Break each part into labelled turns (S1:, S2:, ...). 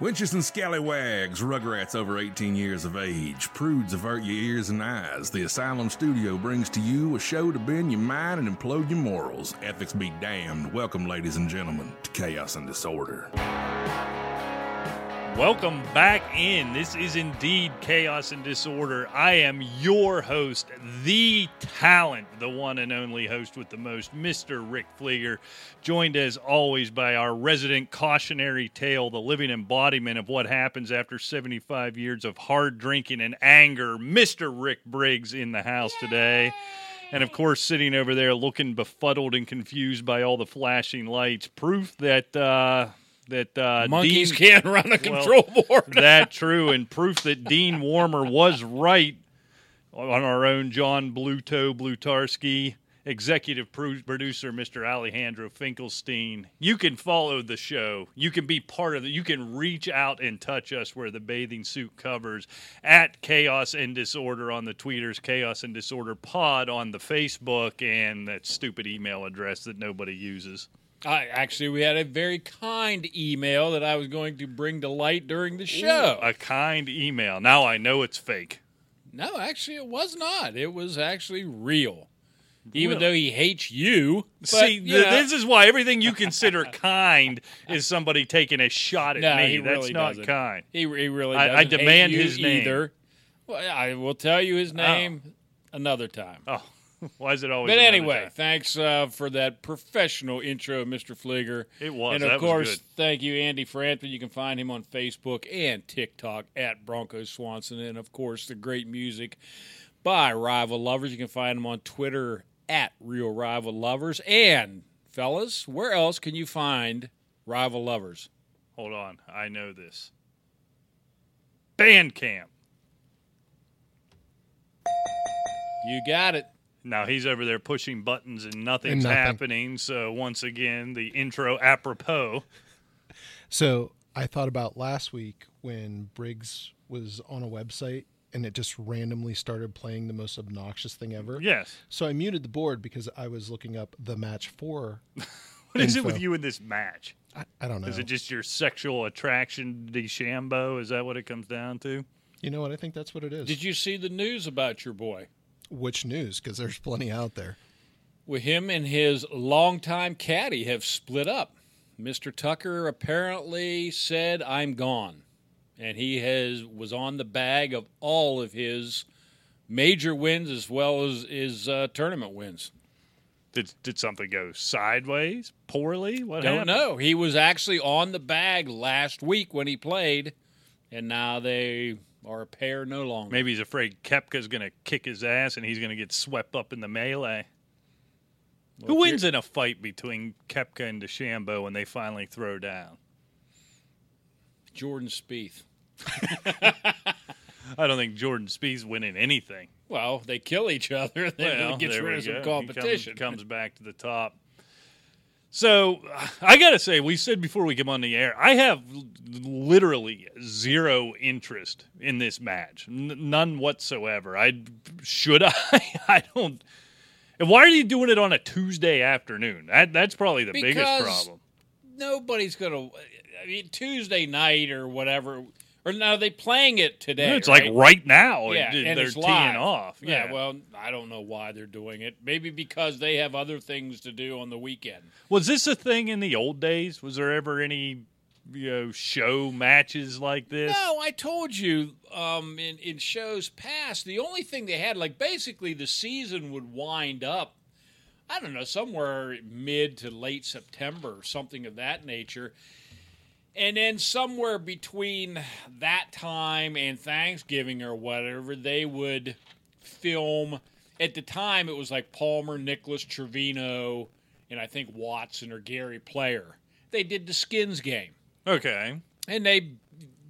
S1: Winches and scallywags, rugrats over 18 years of age, prudes avert your ears and eyes. The Asylum Studio brings to you a show to bend your mind and implode your morals. Ethics be damned. Welcome, ladies and gentlemen, to Chaos and Disorder.
S2: Welcome back in. This is indeed Chaos and Disorder. I am your host, the talent, the one and only host with the most, Mr. Rick Flieger, joined as always by our resident cautionary tale, the living embodiment of what happens after 75 years of hard drinking and anger, Mr. Rick Briggs in the house today. And of course, sitting over there looking befuddled and confused by all the flashing lights, proof that uh, that uh,
S3: Monkeys
S2: Dean-
S3: can't run a control board.
S2: that true and proof that Dean Warmer was right on our own John Bluto Blutarski, executive pro- producer Mr. Alejandro Finkelstein. You can follow the show. You can be part of it. You can reach out and touch us where the bathing suit covers at Chaos and Disorder on the tweeters, Chaos and Disorder Pod on the Facebook, and that stupid email address that nobody uses.
S3: I, actually, we had a very kind email that I was going to bring to light during the show.
S2: A kind email. Now I know it's fake.
S3: no, actually, it was not. It was actually real. Even
S2: Really?
S3: though he hates you. But,
S2: See,
S3: you
S2: th-
S3: know,
S2: this is why everything you consider kind is somebody taking a shot at
S3: No,
S2: me.
S3: he
S2: That's
S3: really
S2: not
S3: doesn't.
S2: kind.
S3: he, he really
S2: I- I
S3: doesn't hate
S2: demand
S3: you
S2: his name.
S3: either. Well, I will tell you his name another time.
S2: Oh, why is it always?
S3: But
S2: another
S3: anyway,
S2: time?
S3: thanks uh, for that professional intro, Mr. Flieger.
S2: It was.
S3: And of
S2: That was
S3: course,
S2: good.
S3: thank you, Andy Frampton. You can find him on Facebook and TikTok at Bronco Swanson. And of course, the great music by Rival Lovers. You can find him on Twitter at Real Rival Lovers. And, fellas, where else can you find Rival Lovers?
S2: hold on. I know this. Bandcamp.
S3: You got it.
S2: Now he's over there pushing buttons and nothing's
S4: And nothing.
S2: happening. So once again, the intro apropos.
S4: So I thought about last week when Briggs was on a website and it just randomly started playing the most obnoxious thing ever.
S2: Yes.
S4: So I muted the board because I was looking up the match for.
S2: What is it
S4: Info.
S2: with you in this match?
S4: I, I don't know.
S2: Is it just your sexual attraction, DeChambeau? Is that what it comes down to?
S4: you know what? I think that's what it is.
S3: Did you see the news about your boy?
S4: Which news? Because there's plenty out there.
S3: Well, him and his longtime caddy have split up. Mr. Tucker apparently said, "I'm gone," and he has was on the bag of all of his major wins as well as his uh, tournament wins.
S2: Did did something go sideways, poorly? What
S3: Don't
S2: happened?
S3: know. He was actually on the bag last week when he played, and now they are a pair no longer.
S2: Maybe he's afraid Kepka's going to kick his ass and he's going to get swept up in the melee. Who
S3: if
S2: wins in a fight between Kepka and DeChambeau when they finally throw down?
S3: Jordan Spieth.
S2: I don't think Jordan Spieth's winning anything.
S3: Well, they kill each other. Then
S2: Well,
S3: it gets
S2: there
S3: rid
S2: we
S3: of some
S2: go. He comes-
S3: competition.
S2: comes, back to the top. So I gotta say, we said before we came on the air, I have l- literally zero interest in this match, N- none whatsoever. I should I? I don't. And why are you doing it on a Tuesday afternoon? That, that's probably the biggest
S3: Because-
S2: problem.
S3: nobody's gonna. I mean, Tuesday night or whatever. Or no, are they playing it today?
S2: it's
S3: right?
S2: like right now.
S3: yeah,
S2: it-
S3: and
S2: they're
S3: it's
S2: teeing
S3: live.
S2: off.
S3: Yeah. well, I don't know why they're doing it. Maybe because they have other things to do on the weekend.
S2: Was this a thing in the old days? Was there ever any you know show matches like this?
S3: No, I told you um, in in shows past, the only thing they had, like basically, the season would wind up. I don't know, somewhere mid to late September, something of that nature. And then somewhere between that time and Thanksgiving or whatever, they would film. At the time, it was like Palmer, Nicholas, Trevino, and I think Watson or Gary Player. They did the skins game
S2: Okay.
S3: and they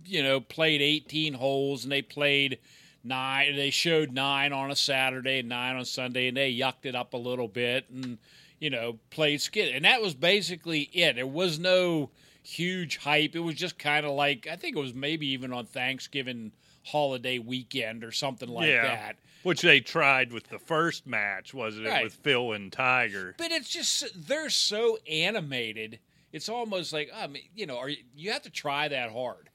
S3: you know played 18 holes and they played nine they showed nine on a saturday and nine on sunday and they yucked it up a little bit and you know played skid and that was basically it there was no huge hype it was just kind of like i think it was maybe even on thanksgiving holiday weekend or something like
S2: Yeah.
S3: that
S2: Which they tried with the first match, wasn't it,
S3: Right.
S2: with Phil and Tiger?
S3: but it's just they're so animated it's almost like um, you know are you, you have to try that hard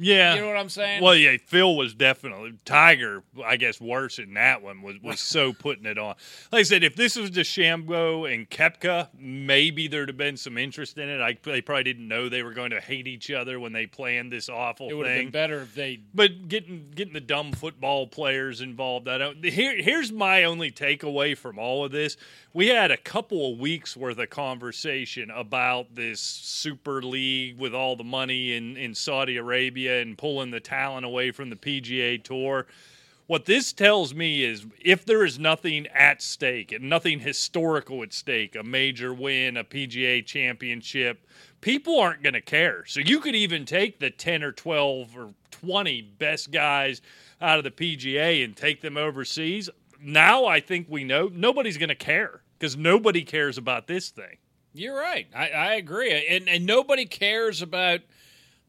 S2: Yeah.
S3: You know what I'm saying?
S2: Well, yeah, Phil was definitely Tiger. I guess worse in that one was was so putting it on. Like I said, if this was DeChambeau and Kepka, maybe there'd have been some interest in it. I, they probably didn't know they were going to hate each other when they planned this awful
S3: it would have
S2: thing.
S3: been better if they.
S2: But getting getting the dumb football players involved, I don't. Here, here's my only takeaway from all of this. We had a couple of weeks worth of conversation about this super league with all the money in in Saudi Arabia and pulling the talent away from the PGA Tour. What this tells me is if there is nothing at stake and nothing historical at stake, a major win, a PGA championship, people aren't going to care. So you could even take the 10 or 12 or 20 best guys out of the PGA and take them overseas. Now I think we know nobody's going to care because nobody cares about this thing.
S3: You're right. I, I agree. And and nobody cares about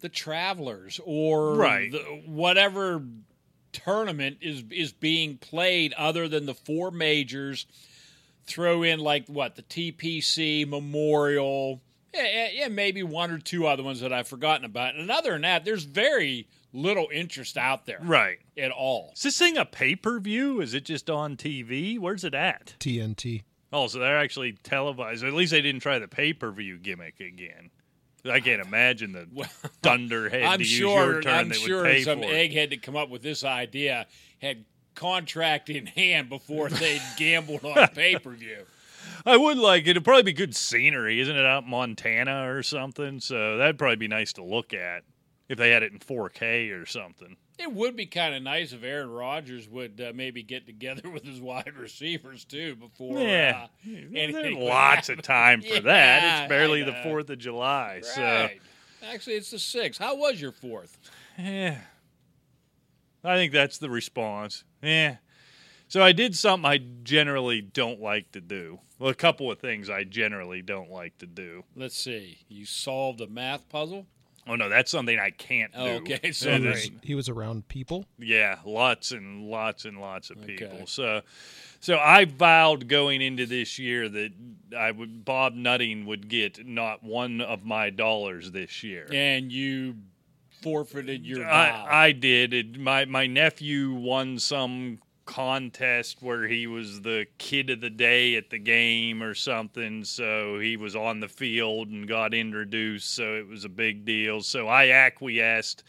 S3: the travelers or
S2: Right.
S3: the, whatever tournament is is being played other than the four majors. Throw in like what the TPC Memorial. Yeah, yeah, yeah, maybe one or two other ones that I've forgotten about. And other than that, there's very little interest out there
S2: Right.
S3: at all.
S2: Is this thing a pay per view? Is it just on TV? Where's it at?
S4: TNT.
S2: Oh, so they're actually televised. At least they didn't try the pay per view gimmick again. I can't imagine the thunderhead.
S3: I'm
S2: to use
S3: sure.
S2: your term,
S3: I'm
S2: that
S3: sure
S2: would pay
S3: some
S2: for it.
S3: egghead that come up with this idea had contract in hand before they gambled on pay per view.
S2: I would like it. It'd probably be good scenery, isn't it? Out in Montana or something. So that'd probably be nice to look at if they had it in 4K or something.
S3: It would be kind of nice if Aaron Rodgers would uh, maybe get together with his wide receivers too before.
S2: yeah,
S3: uh,
S2: there's
S3: anything would
S2: lots of time for that.
S3: Yeah,
S2: It's barely
S3: I
S2: the
S3: know.
S2: Fourth of July, so
S3: Right. Actually, it's the six. How was your fourth?
S2: yeah. Eh. I think that's the response. Yeah. So I did something I generally don't like to do. Well, a couple of things I generally don't like to do.
S3: Let's see. You solved a math puzzle.
S2: Oh no, that's something I can't do.
S3: Oh, okay,
S2: so
S4: He
S3: sorry.
S2: there's-
S4: was, he was around people.
S2: Yeah, lots and lots and lots of
S3: Okay.
S2: people. So, so I vowed going into this year that I would Bob Nutting would get not one of my dollars this year.
S3: And you forfeited your vow.
S2: I, I did. It, my my nephew won some contest where he was the kid of the day at the game or something. So he was on the field and got introduced. So it was a big deal. So I acquiesced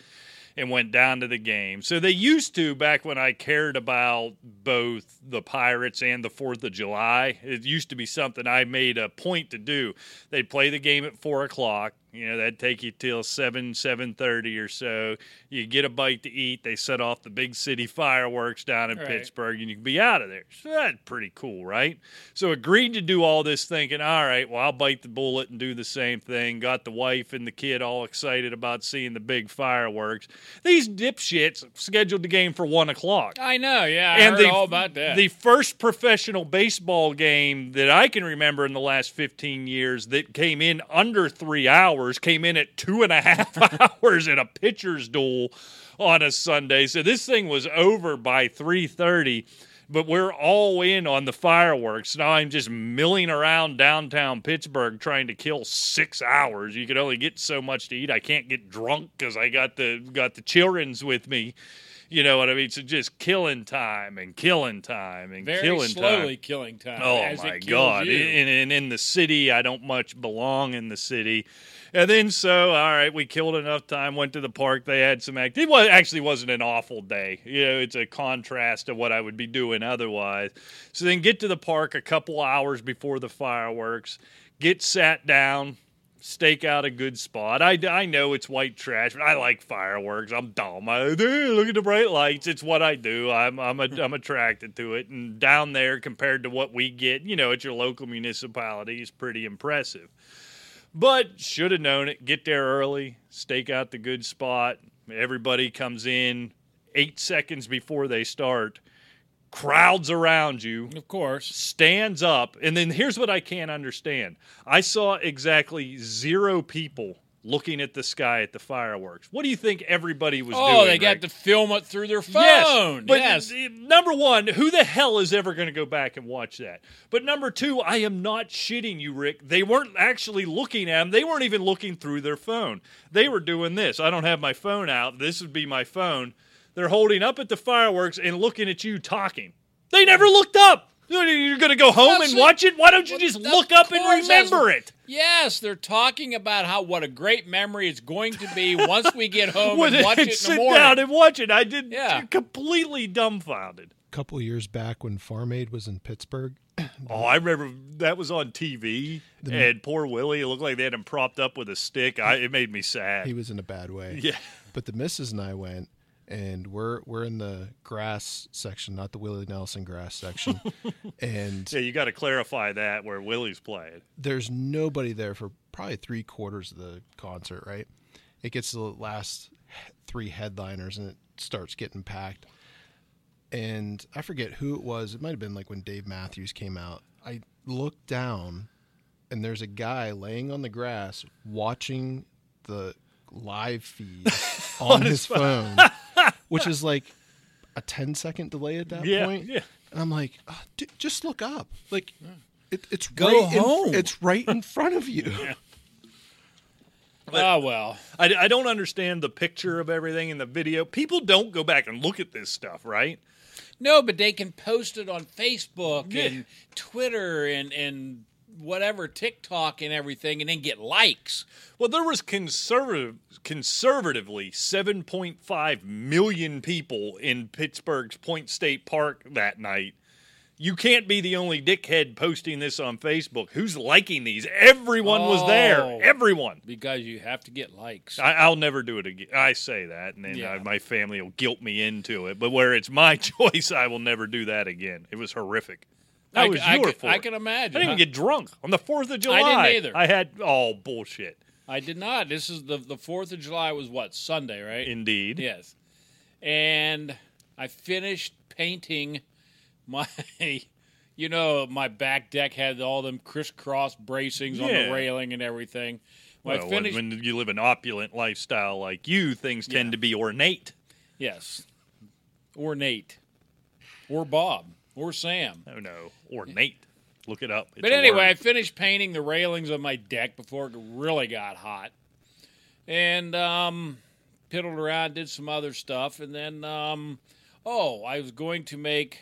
S2: and went down to the game. So they used to back when I cared about both the Pirates and the 4th of July. It used to be something I made a point to do. They'd play the game at 4 o'clock. You know, that'd take you till 7, 7.30 or so. You get a bite to eat. They set off the big city fireworks down in
S3: Right.
S2: Pittsburgh, and you could be out of there. So that's pretty cool, right? So agreed to do all this thinking, all right, well, I'll bite the bullet and do the same thing. Got the wife and the kid all excited about seeing the big fireworks. These dipshits scheduled the game for one o'clock.
S3: I know. Yeah, I
S2: And
S3: heard
S2: the-
S3: all about that.
S2: The first professional baseball game that I can remember in the last 15 years that came in under three hours came in at two and a half hours at a pitcher's duel on a Sunday. So this thing was over by 3:30. But we're all in on the fireworks. Now I'm just milling around downtown Pittsburgh trying to kill six hours. You could only get so much to eat. I can't get drunk because I got the got the childrens with me. You know what I mean? So just killing time and killing time and
S3: very
S2: killing
S3: slowly
S2: time.
S3: killing time.
S2: Oh
S3: as
S2: my
S3: it kills
S2: God!
S3: you.
S2: And, and in the city, I don't much belong in the city. And then so, all right, we killed enough time. Went to the park. They had some act. It was actually wasn't an awful day. You know, it's a contrast to what I would be doing otherwise. So then get to the park a couple hours before the fireworks. Get sat down stake out a good spot. I, I know it's white trash, but I like fireworks. I'm dumb. I, "Hey, look at the bright lights. It's what I do. I'm I'm a, I'm attracted to it. And down there, compared to what we get, you know, at your local municipality, is pretty impressive. But should have known it. Get there early. Stake out the good spot. Everybody comes in eight seconds before they start. Crowds around you
S3: of course,
S2: stands up, and then here's what I can't understand. I saw exactly zero people looking at the sky at the fireworks. What do you think everybody was doing?
S3: Oh, they
S2: right?
S3: got to film it through their phone.
S2: Yes, but
S3: yes.
S2: uh, number one, who the hell is ever going to go back and watch that? But number two, I am not shitting you, Rick. They weren't actually looking at them. They weren't even looking through their phone. They were doing this. I don't have my phone out. This would be my phone. They're holding up at the fireworks and looking at you talking. They never looked up. You're going to go home
S3: That's
S2: and
S3: it.
S2: watch it? Why don't you just
S3: Of
S2: look up and
S3: course that's-
S2: remember it?
S3: Yes, they're talking about how what a great memory it's going to be once we get home
S2: With
S3: and watch
S2: and
S3: it in
S2: sit
S3: the morning.
S2: down and watch it. I did
S3: Yeah.
S2: completely dumbfounded.
S4: couple years back when Farm Aid was in Pittsburgh,
S2: Oh, I remember that was on TV, and poor Willie it looked like they had him propped up with a stick. I, it made me sad.
S4: he was in a bad way.
S2: yeah,
S4: But the missus and I went, and we're we're in the grass section, not the Willie Nelson grass section, and
S2: yeah, you got to clarify that where Willie's playing.
S4: there's nobody there for probably three quarters of the concert. Right, it gets to the last three headliners, and it starts getting packed. And I forget who it was. It might have been like when Dave Matthews came out. I looked down, and there's a guy laying on the grass watching the live feed on his phone, which is like a 10 second delay at that
S2: Yeah,
S4: point.
S2: yeah.
S4: And I'm like, "Ah, d- just look up. Like, it, it's
S3: Go
S4: right in-
S3: home.
S4: it's right in front of you.
S3: oh well.
S2: I, I don't understand the picture of everything in the video. People don't go back and look at this stuff, right?
S3: No, but they can post it on Facebook
S2: Yeah.
S3: and Twitter and and whatever TikTok and everything, and then get likes.
S2: Well, there was conservative, conservatively 7.5 million people in Pittsburgh's Point State Park that night. You can't be the only dickhead posting this on Facebook. Who's liking these? Everyone was
S3: Oh.
S2: there. Everyone.
S3: Because you have to get likes.
S2: I, I'll never do it again. I say that, and then
S3: Yeah.
S2: uh, my family will guilt me into it. But where it's my choice, I will never do that again. It was horrific. That
S3: I,
S2: was
S3: I,
S2: your
S3: could-
S2: fault.
S3: I can imagine.
S2: I didn't even
S3: huh?
S2: get drunk on the Fourth of July.
S3: either.
S2: I had oh bullshit.
S3: I did not. This is the the Fourth of July was what Sunday, right?
S2: Indeed.
S3: yes, and I finished painting my. You know, my back deck had all them crisscross bracings on
S2: Yeah.
S3: the railing and everything. When
S2: Well,
S3: I
S2: when,
S3: finished,
S2: when you live an opulent lifestyle like you, things tend to be ornate.
S3: yes, or Nate, or Bob, or Sam.
S2: Oh no, ornate. Look it up. It's
S3: But
S2: a
S3: anyway, I
S2: word.
S3: finished painting the railings of my deck before it really got hot, and um, piddled around, did some other stuff, and then um, oh, I was going to make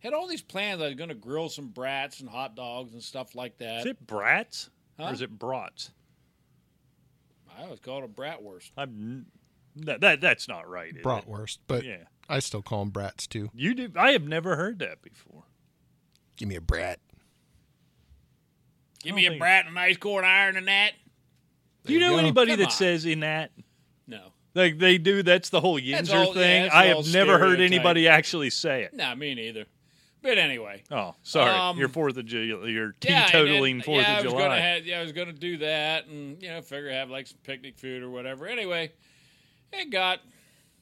S3: had all these plans. I was going to grill some brats and hot dogs and stuff like that.
S2: is it brats
S3: Huh?
S2: or is it brats?
S3: I always called it bratwurst.
S2: I'm that, that that's not right. is it?
S4: Bratwurst, but
S2: Yeah,
S4: I still call them brats too.
S2: you do. I have never heard that before.
S4: Give me a brat.
S3: Give
S2: don't
S3: me a
S2: think-
S3: brat and an ice core and iron and that.
S2: Do you know
S4: go.
S2: anybody
S3: Come
S2: that
S3: on.
S2: says in that?
S3: No,
S2: Like they do. That's the whole
S3: That's
S2: Yinzer
S3: all- yeah,
S2: thing.
S3: that's
S2: I
S3: all
S2: have never heard
S3: stereotype.
S2: anybody actually say it.
S3: nah, me neither. But anyway,
S2: Oh, sorry.
S3: Um,
S2: your Fourth of July, your
S3: Yeah, and then-
S2: teetotaling Fourth
S3: yeah,
S2: of
S3: I was Gonna
S2: July.
S3: have, yeah, I was going to do that, and you know, figure have like some picnic food or whatever. Anyway, it got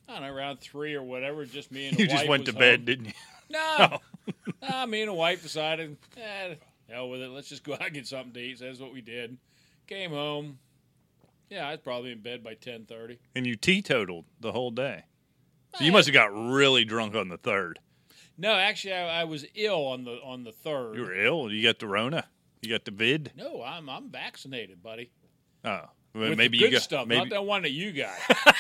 S3: I don't know around three or whatever. Just me and the
S2: you just
S3: wife
S2: went
S3: was
S2: to bed,
S3: home.
S2: didn't you?
S3: No, no, me and the wife decided, eh, hell with it. Let's just go out and get something to eat. So that's what we did. Came home. Yeah, I was probably in bed by ten thirty.
S2: and you teetotaled the whole day. So you must have got really drunk on the third.
S3: No, actually, I, I was ill on the on the third.
S2: You were ill. You got the Rona. You got the vid.
S3: no, I'm I'm vaccinated, buddy.
S2: Oh, well,
S3: With the
S2: maybe
S3: good
S2: you got
S3: stuff,
S2: maybe
S3: not that one that you got,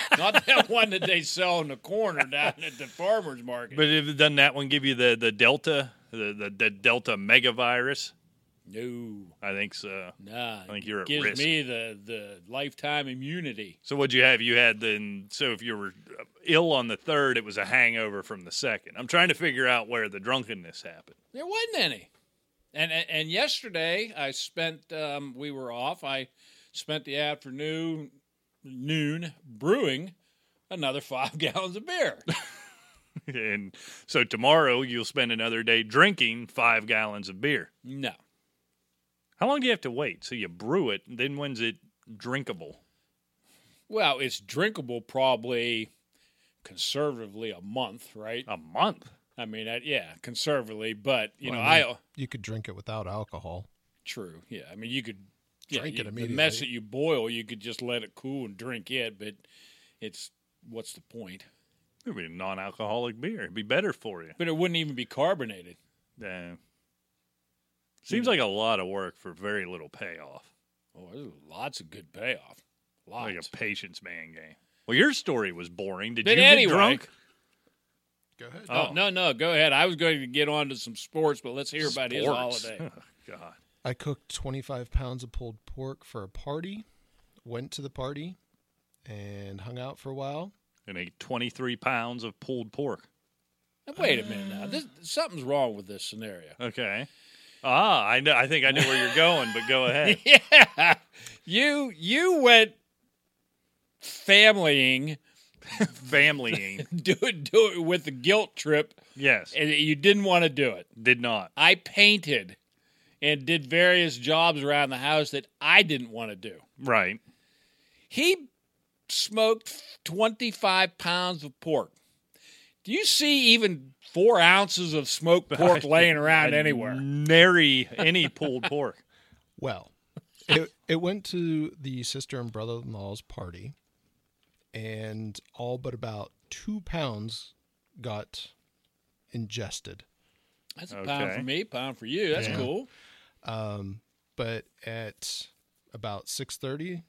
S3: not that one that they sell in the corner down at the farmers market.
S2: But if, doesn't that one give you the the Delta, the the, the Delta megavirus?
S3: no,
S2: I think so.
S3: nah, I
S2: think you're at
S3: gives
S2: risk.
S3: me the the lifetime immunity.
S2: So what'd you have? You had then. So if you were ill on the third, it was a hangover from the second. I'm trying to figure out where the drunkenness happened.
S3: There wasn't any, and and, and yesterday I spent um, we were off. I spent the afternoon noon brewing another five gallons of beer.
S2: and so tomorrow you'll spend another day drinking five gallons of beer.
S3: no,
S2: How long do you have to wait? So you brew it, and then when's it drinkable?
S3: well, it's drinkable probably conservatively a month, right?
S2: A month.
S3: I mean, I, yeah, conservatively, but you
S4: Well,
S3: know,
S4: I
S3: I,
S4: mean- You could drink it without alcohol.
S3: true, yeah. I mean, you could Yeah,
S4: drink
S3: you-
S4: it immediately.
S3: The mess that you boil, you could just let it cool and drink it, but it's what's the point?
S2: It'd be a non-alcoholic beer. It'd be better for you.
S3: But it wouldn't even be carbonated.
S2: Nah.
S3: Hmm.
S2: Seems like a lot of work for very little payoff.
S3: Oh, there's lots of good payoff. Lots.
S2: Like a patience man game. Well, your story was boring. Did
S3: But
S2: you
S3: anyway-
S2: get drunk?
S4: Go ahead.
S3: oh, no, no, go ahead. I was going to get on to some sports, but let's hear about his
S2: Sports.
S3: holiday.
S2: God.
S4: I cooked 25 pounds of pulled pork for a party, went to the party, and hung out for a while.
S2: And ate 23 pounds of pulled pork.
S3: Now, wait a minute now. This, something's wrong with this scenario.
S2: Okay. Ah, I know. I think I know where you're going, but go ahead.
S3: Yeah. You you went familying
S2: Familying.
S3: do it do it with the guilt trip
S2: Yes.
S3: and you didn't want to do it.
S2: Did not.
S3: I painted and did various jobs around the house that I didn't want to do.
S2: Right.
S3: He smoked 25 pounds of pork. Do you see even 4 ounces of smoked pork laying around
S2: I
S3: anywhere?
S2: Nary any pulled pork.
S4: Well, it, it went to the sister and brother in law's party, and all but about two pounds got ingested.
S3: That's a pound
S2: Okay.
S3: for me, pound for you. That's
S4: Yeah.
S3: cool.
S4: But at about 6:30,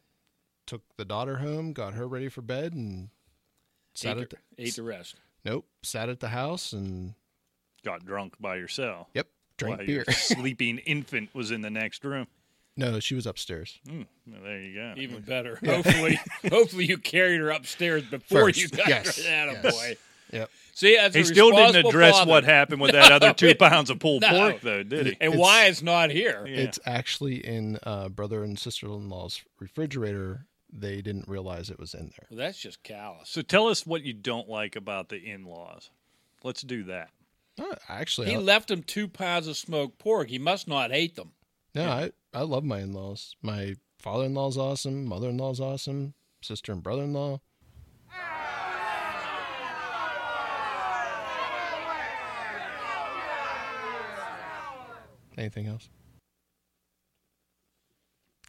S4: took the daughter home, got her ready for bed, and sat
S3: Ate
S4: at
S3: the,
S4: the,
S3: ate the rest.
S4: nope sat at the house and
S2: Got drunk by yourself.
S4: yep drank
S2: while
S4: beer.
S2: Your sleeping infant was in the next room.
S4: no, she was upstairs.
S2: Well, there you go.
S3: Even better. Hopefully, hopefully you carried her upstairs before you
S4: First.
S3: got
S4: Yes.
S3: her out of
S4: Yes.
S3: boy.
S4: Yep.
S3: See, as
S2: He
S3: a
S2: still didn't
S3: responsible
S2: address
S3: father,
S2: what happened with that other two pounds of pulled
S3: No.
S2: pork, though, did he?
S3: and
S4: It's-
S3: why it's not here.
S2: Yeah.
S4: It's actually in uh, brother and sister in law's refrigerator. They didn't realize it was in there.
S3: Well, that's just callous.
S2: So tell us what you don't like about the in-laws. Let's do that.
S4: No, Oh, actually,
S3: He
S4: I,
S3: left him two pounds of smoked pork. He must not hate them.
S4: no, I, I love my in laws. My father in law's awesome. Mother in law's awesome. Sister and brother in law. Anything else?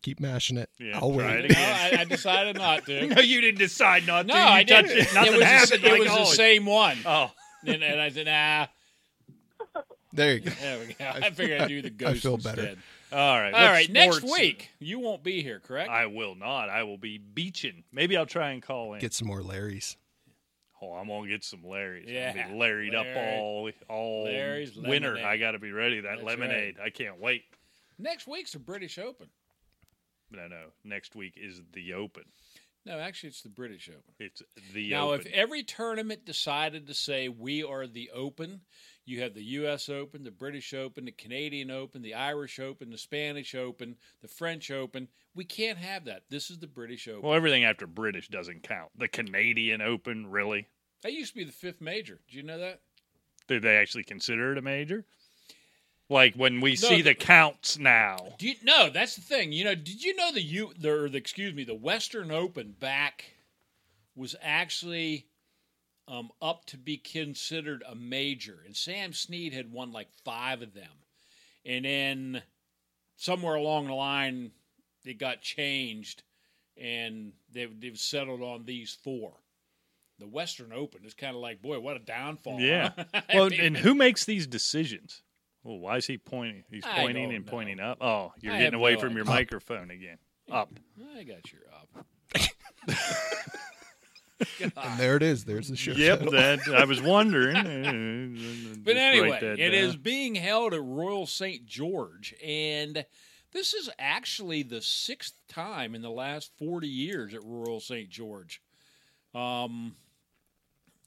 S4: Keep mashing it.
S2: Yeah,
S4: I'll
S2: try
S4: wait.
S2: it
S3: No, I, I decided not to.
S2: No, you didn't decide not
S3: No,
S2: to. You
S3: I
S2: touched
S3: didn't.
S2: It. Nothing
S3: was, the-
S2: happened.
S3: it
S2: like,
S3: was the
S2: always.
S3: same one.
S2: Oh,
S3: And, and I said, ah,
S4: There you go.
S3: there we go. I figured I'd do the ghost
S4: feel
S3: instead.
S4: better.
S2: all right.
S3: All
S2: What
S3: right, next
S2: sports-
S3: week, you won't be here, correct?
S2: I will not. I will be beaching. Maybe I'll try and call in.
S4: Get some more Larry's.
S2: oh, I'm gonna get some Larry's. I'm gonna
S3: Yeah.
S2: be Larried up
S3: Larry-
S2: all all
S3: Larry's
S2: winter.
S3: lemonade.
S2: I gotta be ready. That
S3: That's
S2: lemonade. I can't wait.
S3: Next week's the British Open.
S2: No, no. Next week is the Open.
S3: No, actually, it's the British Open.
S2: It's the
S3: Now,
S2: Open.
S3: if every tournament decided to say we are the Open, you have the U.S. Open, the British Open, the Canadian Open, the Irish Open, the Spanish Open, the French Open. We can't have that. This is the British Open.
S2: well, everything after British doesn't count. The Canadian Open, really?
S3: that used to be the fifth major. Did you know that?
S2: Do they actually consider it a major? Like when we
S3: No,
S2: see
S3: the-
S2: the counts now.
S3: Do you, no, that's the thing. You know, did you know the U the, or the excuse me the Western Open back was actually um, up to be considered a major, and Sam Snead had won like five of them, and then somewhere along the line it got changed, and they, they've settled on these four. The Western Open is kind of like, boy, what a downfall!
S2: Yeah.
S3: huh?
S2: Well, and who makes these decisions? Well, why is he pointing? He's
S3: I
S2: pointing
S3: don't
S2: and
S3: know.
S2: pointing up. Oh, you're
S3: I have
S2: getting away
S3: no
S2: from your
S4: idea. Up.
S2: microphone again. Up.
S3: I got your up.
S4: And there it is. There's the show.
S2: Yep,
S4: title.
S2: that I was wondering.
S3: But anyway, it is being held at Royal St. George, and this is actually the sixth time in the last 40 years at Royal St. George. Um,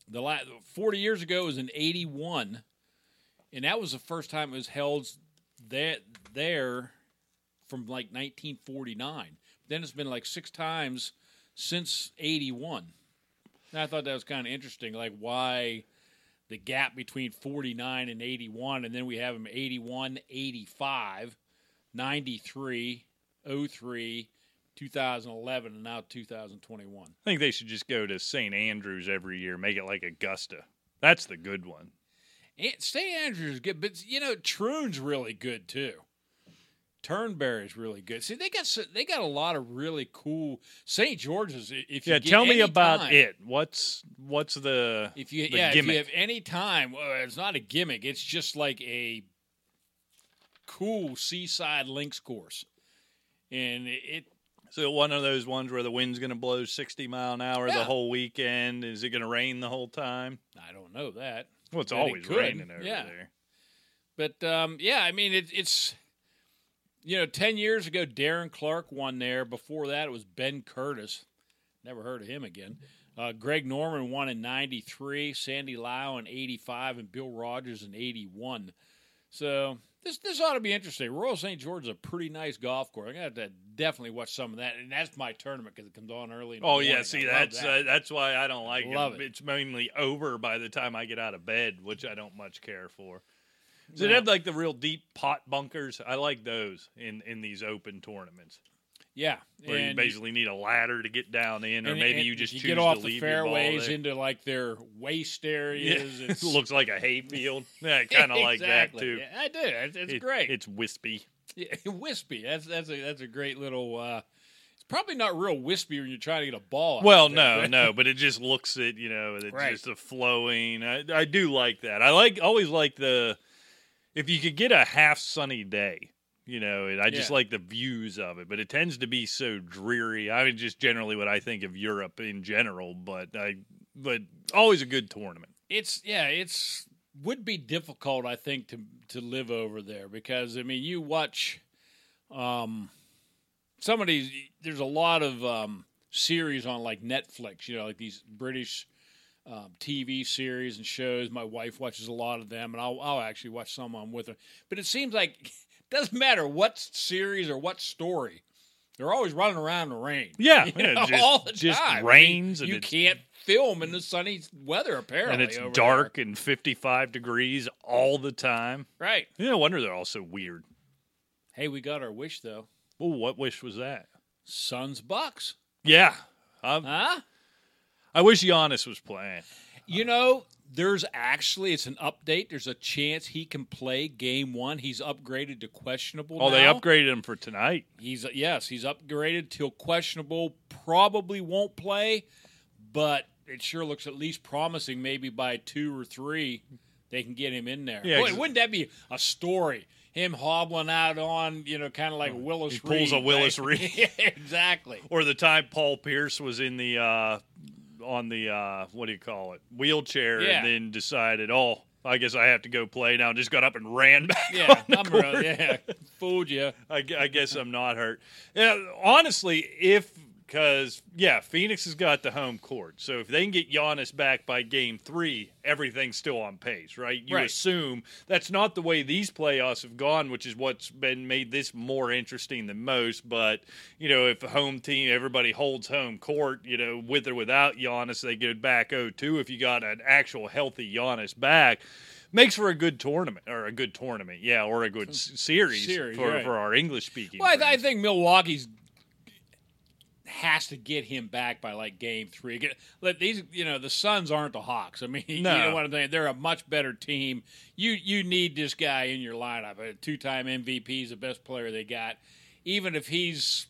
S3: the last 40 years ago was in 81, and that was the first time it was held that there from like 1949. Then it's been like six times since 81. And I thought that was kind of interesting, like why the gap between 49 and 81 and then we have them 81 85 93 03 2011 and now 2021
S2: I think they should just go to St. Andrews every year, make it like Augusta. That's the good one.
S3: and st andrews is good but you know troon's really good too Turnberry's really good. See, they got so- they got a lot of really cool St. George's. i- If you
S2: Yeah,
S3: get
S2: tell me
S3: any
S2: about
S3: time-
S2: it. What's what's the
S3: If you
S2: the
S3: yeah, if
S2: gimmick?
S3: you have any time, well, it's not a gimmick. It's just like a cool seaside links course, and it
S2: so one of those ones where the wind's going to blow sixty mile an hour the
S3: Yeah.
S2: whole weekend? Is it going to rain the whole time?
S3: I don't know that.
S2: Well, it's
S3: But it
S2: always
S3: could,
S2: raining over
S3: yeah.
S2: there.
S3: But um, yeah, I mean, it, it's you know, ten years ago, Darren Clark won there. Before that, it was Ben Curtis. Never heard of him again. Uh, Greg Norman won in '93, Sandy Lau in '85, and Bill Rogers in '81. So this this ought to be interesting. Royal St. George is a pretty nice golf course. I'm gonna have to definitely watch some of that, and that's my tournament because it comes on early. In the
S2: Oh yeah,
S3: morning. I
S2: see
S3: love
S2: that's
S3: that.
S2: uh, that's why I don't like
S3: Love
S2: it.
S3: it.
S2: It's mainly over by the time I get out of bed, which I don't much care for. So they
S3: No.
S2: have like the real deep pot bunkers. I like those in in these open tournaments
S3: yeah.
S2: where you
S3: and
S2: basically need a ladder to get down in, or
S3: and-
S2: maybe
S3: and
S2: you just choose
S3: get off
S2: to
S3: the
S2: leave
S3: fairways
S2: Your ball
S3: into like their waste
S2: there.
S3: areas.
S2: Yeah,
S3: It's-
S2: looks like a hayfield. Yeah, I kind of like that
S3: Exactly.
S2: too.
S3: Yeah, I do. It's, it's
S2: It-
S3: great.
S2: It's wispy.
S3: Yeah, wispy. That's that's a that's a great little. Uh, it's probably not real wispy when you're trying to get a ball. out
S2: Well,
S3: there,
S2: no,
S3: but-
S2: no, but it just looks it, you know, it's
S3: Right.
S2: just a flowing. I, I do like that. I like always like the if you could get a half sunny day, you know, and I just
S3: Yeah.
S2: like the views of it, but it tends to be so dreary. I mean, just generally what I think of Europe in general, but I but always a good tournament.
S3: It's yeah. It's would be difficult, I think, to to live over there because I mean, you watch, um, some of these. There's a lot of um series on like Netflix. You know, like these British. Um, TV series and shows. My wife watches a lot of them, and I'll, I'll actually watch some on with her. But it seems like it doesn't matter what series or what story, they're always running around in the rain.
S2: Yeah,
S3: You
S2: yeah,
S3: know,
S2: just-
S3: all the
S2: just
S3: time. I mean,
S2: rains and
S3: you
S2: it's-
S3: can't film in the sunny weather apparently.
S2: and it's
S3: over
S2: dark and 55 degrees all the time.
S3: there. right?
S2: Yeah, no wonder they're all so weird.
S3: Hey, we got our wish though.
S2: Well, what wish was that?
S3: Suns Bucks,
S2: Yeah. I,
S3: huh?
S2: I wish Giannis was playing.
S3: You know, there's actually it's an update. There's a chance he can play game one. He's upgraded to questionable.
S2: Oh, they
S3: now.
S2: upgraded him for tonight.
S3: He's yes, he's upgraded till questionable. Probably won't play, but it sure looks at least promising. Maybe by two or three, they can get him in there.
S2: Yeah,
S3: Boy,
S2: 'cause-
S3: wouldn't that be a story? Him hobbling out on you know, kind of like
S2: Oh,
S3: Willis.
S2: He pulls
S3: Reed,
S2: a Willis
S3: right?
S2: Reed.
S3: Yeah, exactly.
S2: Or the time Paul Pierce was in the uh on the uh what do you call it? Wheelchair
S3: Yeah.
S2: and then decided, Oh, I guess I have to go play now and just got up and ran back.
S3: Yeah,
S2: on the
S3: I'm real-
S2: court.
S3: yeah, fooled you.
S2: I, gu- I guess I'm not hurt. Yeah, honestly, if because yeah, Phoenix has got the home court, so if they can get Giannis back by Game Three, everything's still on pace, right? You
S3: Right.
S2: assume that's not the way these playoffs have gone, which is what's been made this more interesting than most. But you know, if a home team, everybody holds home court, you know, with or without Giannis, they go back 0-2. If you got an actual healthy Giannis back. Makes for a good tournament, or a good tournament, yeah, or a good s- series,
S3: Series,
S2: for,
S3: right.
S2: for our English speaking.
S3: Well, I, th- I think Milwaukee's has to get him back by like game three. Get, let these, you know, the Suns aren't the Hawks. I mean, you
S2: No.
S3: know what I'm saying. They're a much better team. You you need this guy in your lineup. A two-time MVP is the best player they got. Even if he's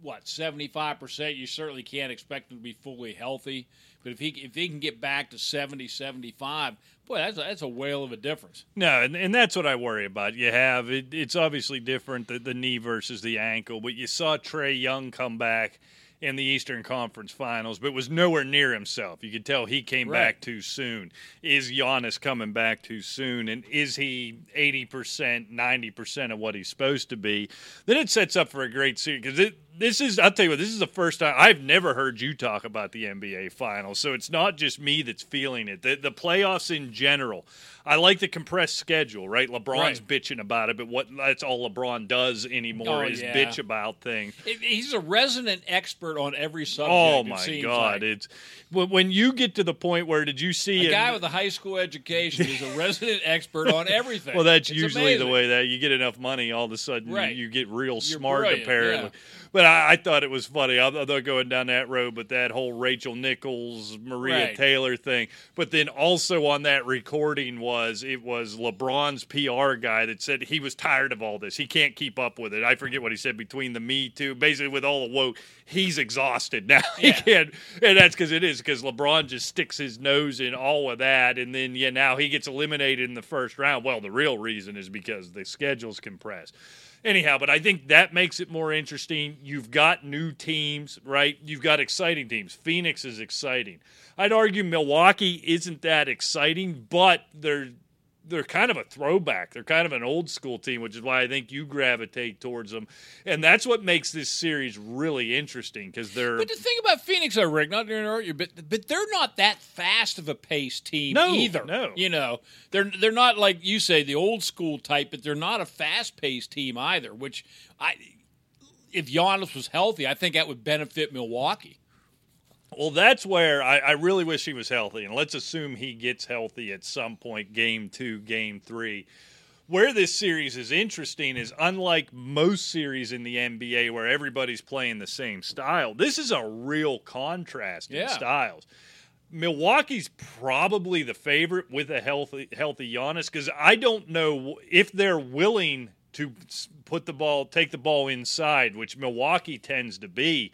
S3: what seventy-five percent, you certainly can't expect him to be fully healthy. But if he if he can get back to 70, 75, boy, that's a, that's a whale of a difference.
S2: no, and, and that's what I worry about. You have it, it's obviously different the, the knee versus the ankle, but you saw Trey Young come back in the Eastern Conference Finals, but was nowhere near himself. You could tell he came
S3: Right.
S2: back too soon. Is Giannis coming back too soon, and is he eighty percent, ninety percent of what he's supposed to be? Then it sets up for a great series because this is I'll tell you what this is the first time I've never heard you talk about the NBA Finals, so it's not just me that's feeling it. The, the playoffs in general, I like the compressed schedule, right? LeBron's
S3: Right.
S2: bitching about it, but what that's all LeBron does anymore
S3: Oh,
S2: is
S3: yeah.
S2: bitch about things.
S3: It, he's a resident expert on every subject.
S2: Oh
S3: it
S2: my
S3: seems
S2: God!
S3: like.
S2: It's when when you get to the point where did you see
S3: A
S2: him-
S3: guy with a high school education is a resident expert on everything.
S2: Well, that's
S3: It's
S2: usually the
S3: amazing.
S2: way that you get enough money, all of a sudden you-
S3: Right.
S2: you, get real smart,
S3: brilliant,
S2: apparently.
S3: yeah.
S2: But But I, I thought it was funny. Although going down that road, but that whole Rachel Nichols, Maria
S3: Right.
S2: Taylor thing. But then also on that recording was it was LeBron's PR guy that said he was tired of all this. He can't keep up with it. I forget what he said between the Me Too, basically with all the woke. He's exhausted now. he
S3: Yeah.
S2: can't, and that's because it is because LeBron just sticks his nose in all of that, and then yeah, now he gets eliminated in the first round. Well, the real reason is because the schedule's compressed. Anyhow, but I think that makes it more interesting. You've got new teams, right? You've got exciting teams. Phoenix is exciting. I'd argue Milwaukee isn't that exciting, but they're they're kind of a throwback. They're kind of an old school team, which is why I think you gravitate towards them. And that's what makes this series really interesting because they're
S3: But the thing about Phoenix, though, Rick, not to interrupt you, but but they're not that fast of a pace team
S2: No,
S3: either.
S2: no.
S3: you know they're they're not like you say the old school type, but they're not a fast paced team either. Which I, if Giannis was healthy, I think that would benefit Milwaukee.
S2: Well, that's where I, I really wish he was healthy. And let's assume he gets healthy at some point, game two, game three. Where this series is interesting is unlike most series in the NBA where everybody's playing the same style, this is a real contrast
S3: Yeah.
S2: in styles. Milwaukee's probably the favorite with a healthy healthy Giannis because I don't know if they're willing to s- put the ball, take the ball inside, which Milwaukee tends to be.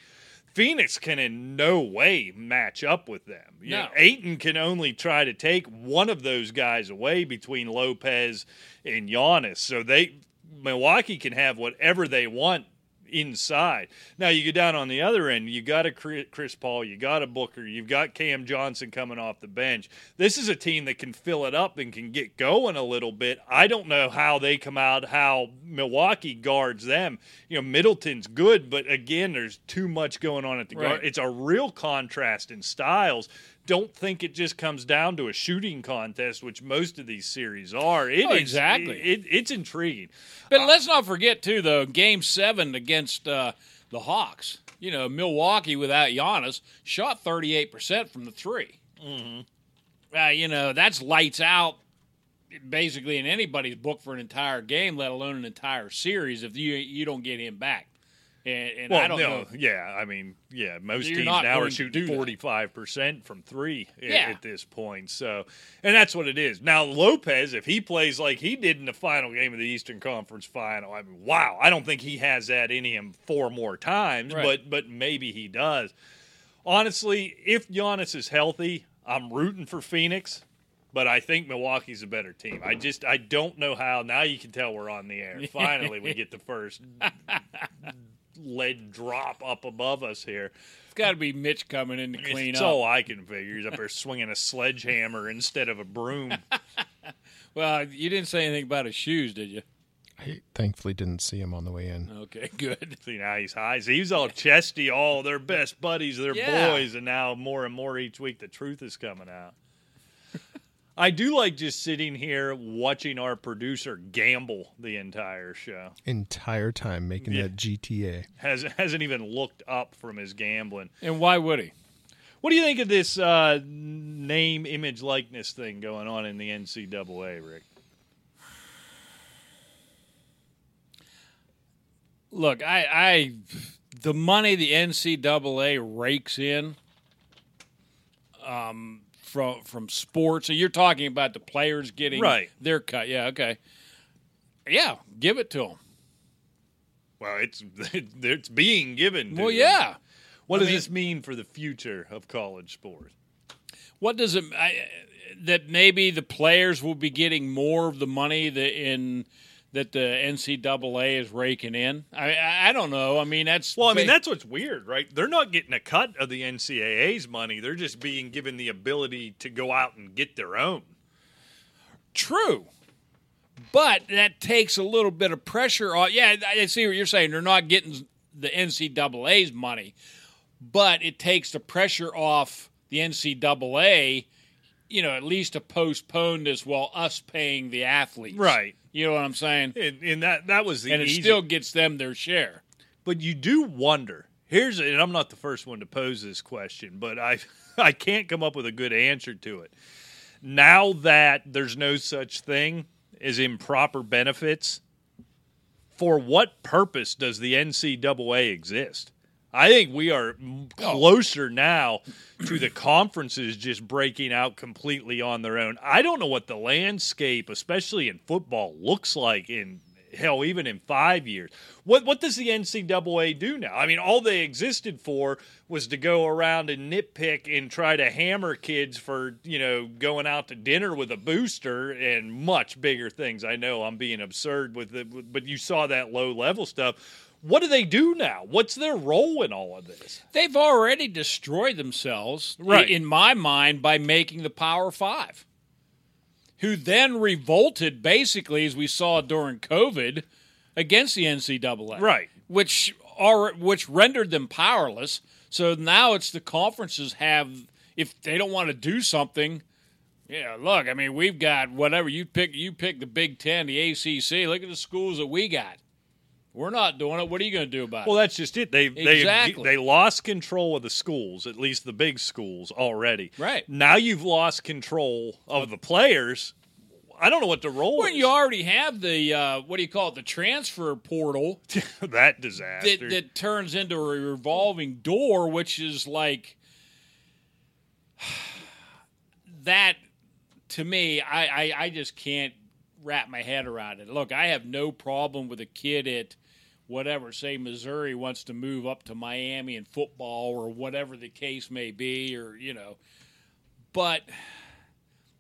S2: Phoenix can in no way match up with them. You know,
S3: No.
S2: Ayton can only try to take one of those guys away between Lopez and Giannis. So they Milwaukee can have whatever they want inside. Now you go down on the other end, you got a Chri- Chris Paul, you got a Booker, you've got Cam Johnson coming off the bench. This is a team that can fill it up and can get going a little bit. I don't know how they come out, how Milwaukee guards them. You know, Middleton's good, but again, there's too much going on at the guard.
S3: Right.
S2: It's a real contrast in styles. Don't think it just comes down to a shooting contest, which most of these series are. It
S3: Oh,
S2: is-
S3: exactly.
S2: It, it's intriguing.
S3: But let's not forget too, though, Game Seven against uh, the Hawks. You know, Milwaukee without Giannis shot thirty eight percent from the 3 Mm-hmm. Uh, you know, that's lights out. Basically, in anybody's book for an entire game, let alone an entire series, if you you don't get him back, and, and I don't know.
S2: Yeah, I mean, yeah, most
S3: You're
S2: teams
S3: not
S2: now
S3: going
S2: are
S3: to
S2: shooting
S3: do that.
S2: forty five percent from three i-
S3: Yeah.
S2: at this point. So, and that's what it is. Now Lopez, if he plays like he did in the final game of the Eastern Conference Final, I mean, wow, I don't think he has that in him four more times,
S3: Right.
S2: but but maybe he does. Honestly, if Giannis is healthy, I'm rooting for Phoenix. But I think Milwaukee's a better team. I just I don't know how. Now you can tell we're on the air. Finally, we get the first lead drop up above us here.
S3: It's got to be Mitch coming in to clean
S2: it's
S3: up.
S2: all I can figure. He's up there swinging a sledgehammer instead of a broom.
S3: well, you didn't say anything about his shoes, did you?
S4: I thankfully didn't see him on the way in.
S3: Okay, good.
S2: See now he's high. See, he's all chesty. All their best buddies, their
S3: Yeah.
S2: boys, and now more and more each week, the truth is coming out. I do like just sitting here watching our producer gamble the entire show.
S4: Entire time making
S2: Yeah.
S4: that GTA.
S2: Has hasn't even looked up from his gambling.
S3: And why would he?
S2: What do you think of this uh, name, image, likeness thing going on in the NCAA, Rick?
S3: look, I, I, the money the NCAA rakes in, um, from from sports. So you're talking about the players getting
S2: Right.
S3: their cut. Yeah, okay, yeah, give it to them.
S2: Well, it's it's being given. To
S3: Well,
S2: them.
S3: yeah.
S2: What
S3: I
S2: does
S3: mean-
S2: this mean for the future of college sports?
S3: What does it I, that maybe the players will be getting more of the money that in that the NCAA is raking in? I I, I don't know. I mean, that's
S2: Well, I mean
S3: ba-
S2: that's what's weird, right? They're not getting a cut of the NCAA's money. They're just being given the ability to go out and get their own.
S3: True. But that takes a little bit of pressure off. Yeah, I I see what you're saying. They're not getting the NCAA's money, but it takes the pressure off the NCAA, you know, at least to postpone this while us paying the athletes.
S2: Right.
S3: You know what I'm saying?
S2: And, and that that was the
S3: And it
S2: easy
S3: still gets them their share.
S2: But you do wonder. Here's and I'm not the first one to pose this question, but I I can't come up with a good answer to it. Now that there's no such thing as improper benefits, for what purpose does the NCAA exist? I think we are m- closer now to the conferences just breaking out completely on their own. I don't know what the landscape, especially in football, looks like in hell, even in five years. What what does the NCAA do now? I mean, all they existed for was to go around and nitpick and try to hammer kids for you know going out to dinner with a booster and much bigger things. I know I'm being absurd with it, but you saw that low level stuff. What do they do now? What's their role in all of this?
S3: They've already destroyed themselves, i-
S2: Right.
S3: in my mind, by making the Power Five, who then revolted, basically, as we saw during COVID, against the NCAA.
S2: Right.
S3: Which are which rendered them powerless. So now it's the conferences have if they don't want to do something. Yeah, look, I mean, we've got whatever you pick. You pick the Big Ten, the ACC. Look at the schools that we got. We're not doing it. What are you going to do about it?
S2: Well, that's just it. They
S3: Exactly.
S2: they they lost control of the schools, at least the big schools already.
S3: Right.
S2: now, you've lost control of the players. I don't know what the role
S3: When
S2: is.
S3: you already have the uh, what do you call it, the transfer portal
S2: that disaster.
S3: that, that turns into a revolving door, which is like that to me, I, I, I just can't wrap my head around it. Look, I have no problem with a kid at whatever, say Missouri wants to move up to Miami in football or whatever the case may be, or you know, but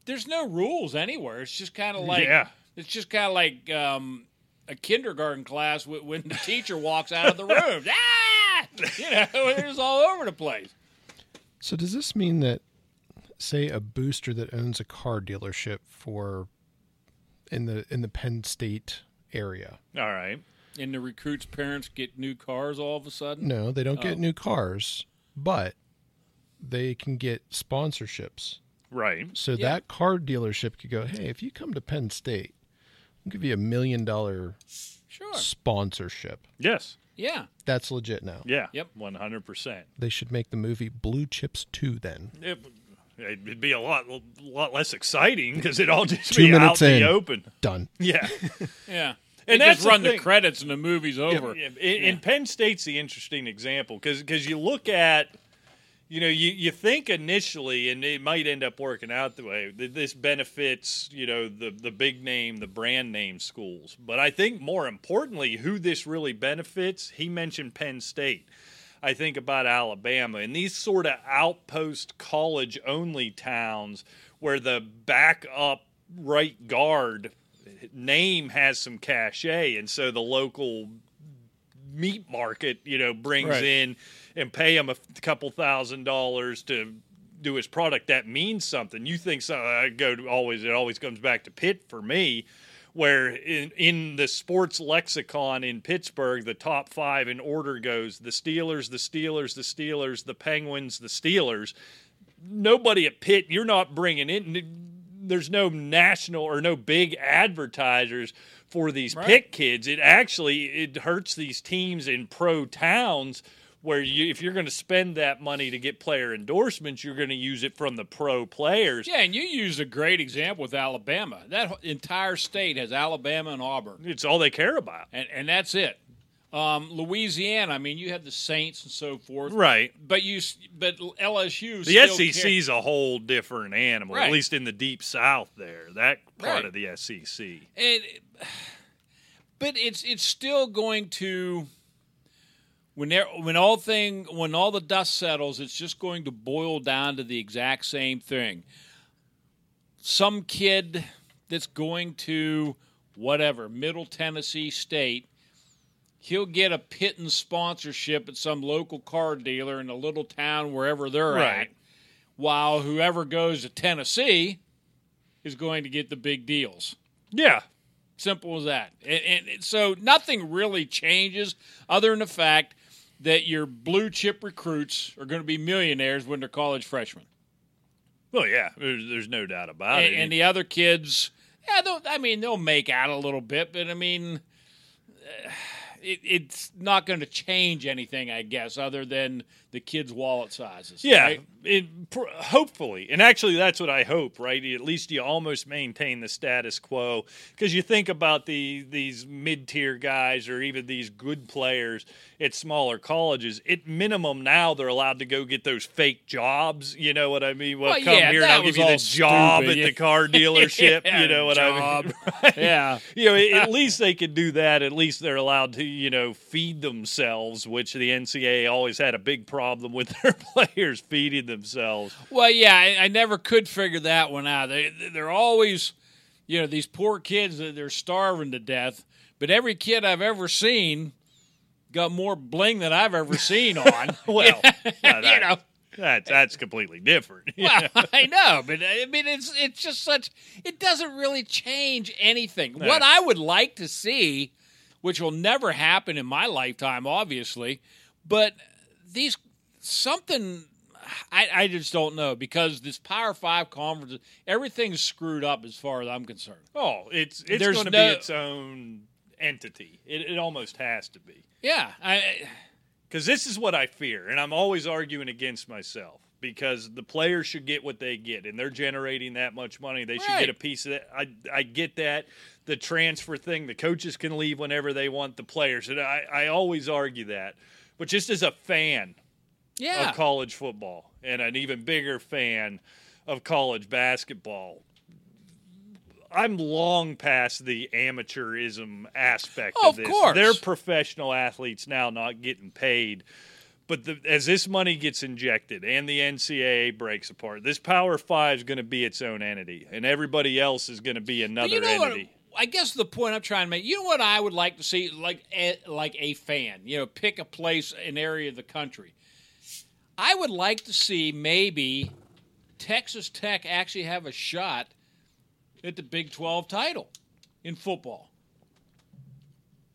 S3: there's no rules anywhere. It's just kind of like
S2: Yeah.
S3: it's just kind of like um, a kindergarten class wh- when the teacher walks out of the room. ah, you know, it's all over the place.
S4: So does this mean that, say, a booster that owns a car dealership for, in the in the Penn State area?
S2: All right.
S3: And the recruits' parents get new cars all of a sudden.
S4: No, they don't get
S3: Oh.
S4: new cars, but they can get sponsorships.
S2: Right.
S4: So
S3: Yeah.
S4: that car dealership could go, hey, if you come to Penn State, I'll give you a million dollar
S3: Sure.
S4: sponsorship.
S2: Yes.
S3: Yeah.
S4: That's legit now.
S2: Yeah.
S3: Yep.
S2: One hundred percent.
S4: They should make the movie Blue Chips 2 then.
S2: It'd be a lot, lot less exciting because it all just
S4: Two
S2: be out
S4: minutes
S2: in
S4: in.
S2: the open.
S4: Done.
S2: Yeah.
S3: Yeah.
S2: And
S3: And they
S2: that's
S3: just
S2: the
S3: run the
S2: thing.
S3: credits and the movie's over.
S2: Yeah, in, in Penn State's the interesting example because you look at, you know, you, you think initially, and it might end up working out the way that this benefits, you know, the the big name, the brand name schools. But I think more importantly, who this really benefits. He mentioned Penn State. I think about Alabama and these sort of outpost college only towns where the backup right guard name has some cachet and so the local meat market you know brings
S3: Right.
S2: in and pay him a f- couple thousand dollars to do his product that means something you think so i go to always it always comes back to pitt for me where in, in the sports lexicon in Pittsburgh, the top five in order goes the Steelers, the Steelers, the Steelers, the Penguins, the Steelers. Nobody at Pitt, you're not bringing in. There's no national or no big advertisers for these
S3: Right.
S2: Pitt kids. It actually it hurts these teams in pro towns where you if you're going to spend that money to get player endorsements, you're going to use it from the pro players.
S3: Yeah, and you used a great example with Alabama. That wh- entire state has Alabama and Auburn,
S2: It's all they care about.
S3: and and that's it. Um, Louisiana, I mean, you had the Saints and so forth,
S2: Right.
S3: But you, s- but LSU,
S2: The E
S3: still
S2: SEC is a whole different animal,
S3: Right.
S2: at least in the deep south there, that part
S3: Right.
S2: of the E SEC.
S3: And, but it's it's still going to when there when all thing when all the dust settles, it's just going to boil down to the exact same thing. Some kid that's going to whatever Middle Tennessee State. He'll get a pittance sponsorship at some local car dealer in a little town wherever they're at,
S2: Right.
S3: while whoever goes to Tennessee is going to get the big deals.
S2: Yeah.
S3: Simple as that. And, and it- so nothing really changes other than the fact that your blue chip recruits are going to be millionaires when they're college freshmen,
S2: Well, yeah, there's, there's no doubt about
S3: and,
S2: it.
S3: and the other kids, yeah, they'll, I mean they'll make out a little bit, but I mean, eh, it, it's not going to change anything, I guess, other than the kids' wallet sizes.
S2: yeah,
S3: right?
S2: it, pr- hopefully, and actually, that's what I hope. Right? At least you almost maintain the status quo because you think about the these mid tier guys or even these good players at smaller colleges. At minimum, now they're allowed to go get those fake jobs. You know what I mean? Well,
S3: Well,
S2: come
S3: yeah,
S2: here and
S3: that
S2: I'll give
S3: was
S2: you the
S3: all
S2: job
S3: stupid,
S2: at
S3: yeah.
S2: the car dealership. you know what I mean?
S3: Job. Yeah.
S2: you know, at least they could do that. At least they're allowed to, you know, feed themselves, which the NCAA always had a big problem with their players feeding themselves.
S3: Well, yeah, I, I never could figure that one out. They, they're always, you know, these poor kids that they're starving to death. But every kid I've ever seen got more bling than I've ever seen on.
S2: Well, now that-
S3: you know.
S2: that, that's completely different.
S3: Well, I know, but uh, I mean, it's it's just such. It doesn't really change anything. What I would like to see, which will never happen in my lifetime, obviously, but these something. I, I just don't know because this Power Five conference, everything's screwed up as far as I'm concerned.
S2: oh, it's it's
S3: There's
S2: going to
S3: no-
S2: be its own entity. It, it almost has to be.
S3: Yeah, I,
S2: because this is what I fear, and I'm always arguing against myself because the players should get what they get, and they're generating that much money. They should
S3: Right.
S2: get a piece of that. I I get that the transfer thing. The coaches can leave whenever they want. The players, and I I always argue that. But just as a fan
S3: yeah,
S2: of college football and an even bigger fan of college basketball. I'm long past the amateurism aspect
S3: Oh,
S2: of
S3: of
S2: this.
S3: course.
S2: They're professional athletes now, not getting paid. But the, as this money gets injected and the NCAA breaks apart, this Power Five is going to be its own entity, and everybody else is going to be
S3: But
S2: another
S3: you know
S2: entity.
S3: What, I guess the point I'm trying to make. You know what I would like to see, like a, like a fan. You know, pick a place, an area of the country. I would like to see maybe Texas Tech actually have a shot at the Big 12 title in football.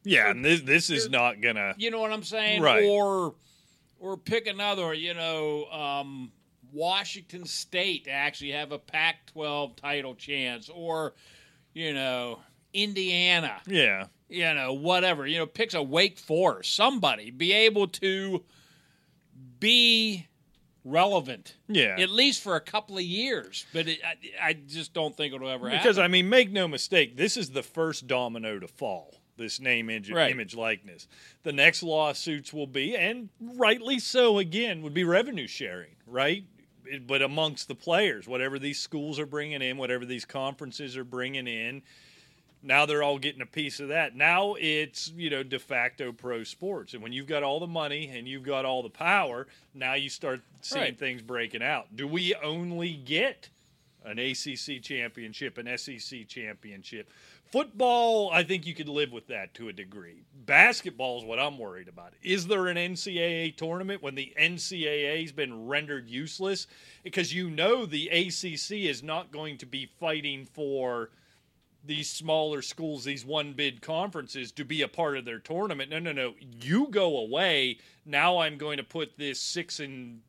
S2: yeah, and this, this is not going to.
S3: You know what I'm saying?
S2: Right.
S3: Or or pick another, you know, um, Washington State to actually have a Pac 12 title chance or, you know, Indiana.
S2: Yeah.
S3: you know, whatever, you know, picks a Wake Forest, somebody be able to be relevant,
S2: Yeah.
S3: at least for a couple of years. But it, I, I just don't think it'll ever happen.
S2: Because I mean, make no mistake, this is the first domino to fall. This name, image,
S3: Right.
S2: image, likeness. The next lawsuits will be, and rightly so, again, would be revenue sharing, right? It- But amongst the players, whatever these schools are bringing in, whatever these conferences are bringing in, now they're all getting a piece of that. Now it's, you know, de facto pro sports. And when you've got all the money and you've got all the power, now you start seeing
S3: Right.
S2: things breaking out. Do we only get an ACC championship, an SEC championship? Football, I think you could live with that to a degree. Basketball is what I'm worried about. Is there an NCAA tournament when the NCAA's been rendered useless? Because you know the ACC is not going to be fighting for these smaller schools, these one bid conferences, to be a part of their tournament. No, no, no. You go away. Now I'm going to put this six and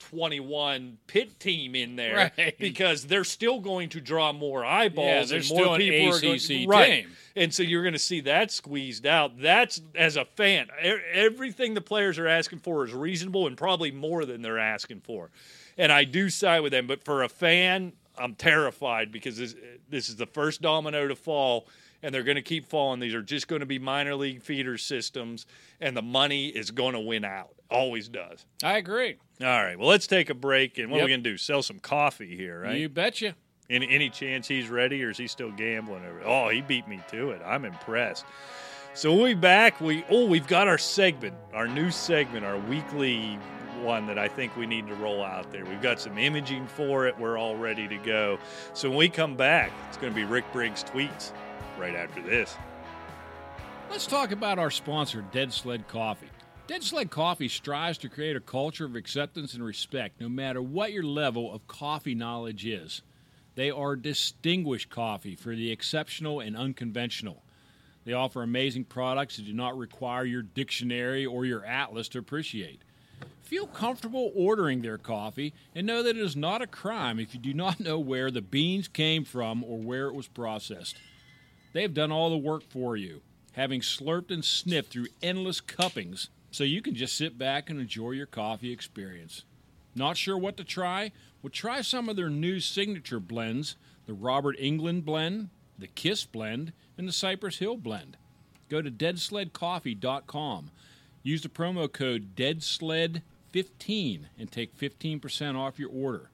S2: 21 pit team in there
S3: Right.
S2: because they're still going to draw more eyeballs
S3: Yeah,
S2: and
S3: they're
S2: more
S3: still an
S2: people are going
S3: ACC
S2: right.
S3: team.
S2: And so you're going to see that squeezed out. That's as a fan, e- everything the players are asking for is reasonable and probably more than they're asking for. And I do side with them, but for a fan, I'm terrified because this, this is the first domino to fall. And they're going to keep falling. These are just going to be minor league feeder systems, and the money is going to win out. Always does.
S3: I agree.
S2: All right. Well, let's take a break. And what are we
S3: Yep.
S2: going to do? Sell some coffee here, right?
S3: You betcha.
S2: Any, any chance he's ready or is he still gambling? Over? Oh, he beat me to it. I'm impressed. So we'll be back. We oh, we've got our segment, our new segment, our weekly one that I think we need to roll out there. We've got some imaging for it. We're all ready to go. So when we come back, it's going to be Rick Briggs tweets right after this.
S3: Let's talk about our sponsor, Dead Sled Coffee. Dead Sled Coffee strives to create a culture of acceptance and respect, no matter what your level of coffee knowledge is. They are distinguished coffee for the exceptional and unconventional. They offer amazing products that do not require your dictionary or your atlas to appreciate. Feel comfortable ordering their coffee and know that it is not a crime if you do not know where the beans came from or where it was processed. They've done all the work for you, having slurped and snipped through endless cuppings so you can just sit back and enjoy your coffee experience. Not sure what to try? Well, try some of their new signature blends the Robert England blend, the Kiss blend, and the Cypress Hill blend. Go to deadsledcoffee.com. Use the promo code DEADSLED15 and take 15% off your order.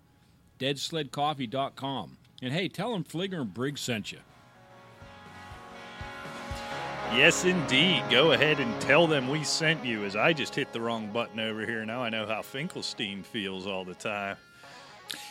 S3: DeadSledCoffee.com. And hey, tell them Fligger and Briggs sent you.
S2: Yes, indeed. Go ahead and tell them we sent you, as I just hit the wrong button over here. Now I know how Finkelstein feels all the time.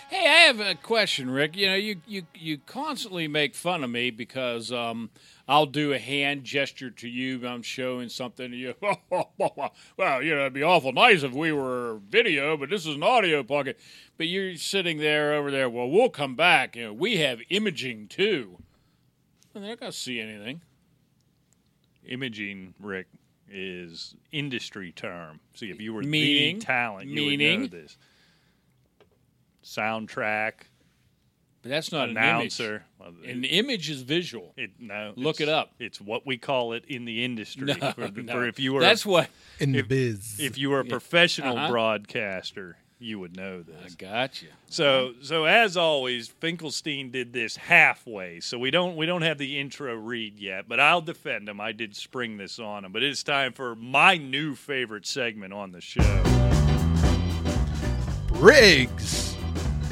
S3: Hey, I have a question, Rick. You know, you you, you constantly make fun of me because um, I'll do a hand gesture to you. when I'm showing something to you. well, you know, it'd be awful nice if we were video, but this is an audio pocket. But you're sitting there over there. Well, we'll come back. You know, we have imaging too. And they're not gonna see anything.
S2: Imaging, Rick, is industry term. See, if you were
S3: Meaning-
S2: the talent, you
S3: meaning-
S2: would know this. Soundtrack,
S3: But that's not
S2: announcer.
S3: An image. An image is visual.
S2: It, no,
S3: Look
S2: it's-
S3: it up.
S2: It's what we call it in the industry. for,
S3: No,
S2: for if you were
S3: that's what
S4: in the biz.
S2: if you were a professional
S3: Uh-huh.
S2: broadcaster, you would know
S3: I
S2: this.
S3: got you.
S2: So so as always, Finkelstein did this halfway. So we don't we don't have the intro read yet, but I'll defend him. I did spring this on him, but it's time for my new favorite segment on the show.
S4: Briggs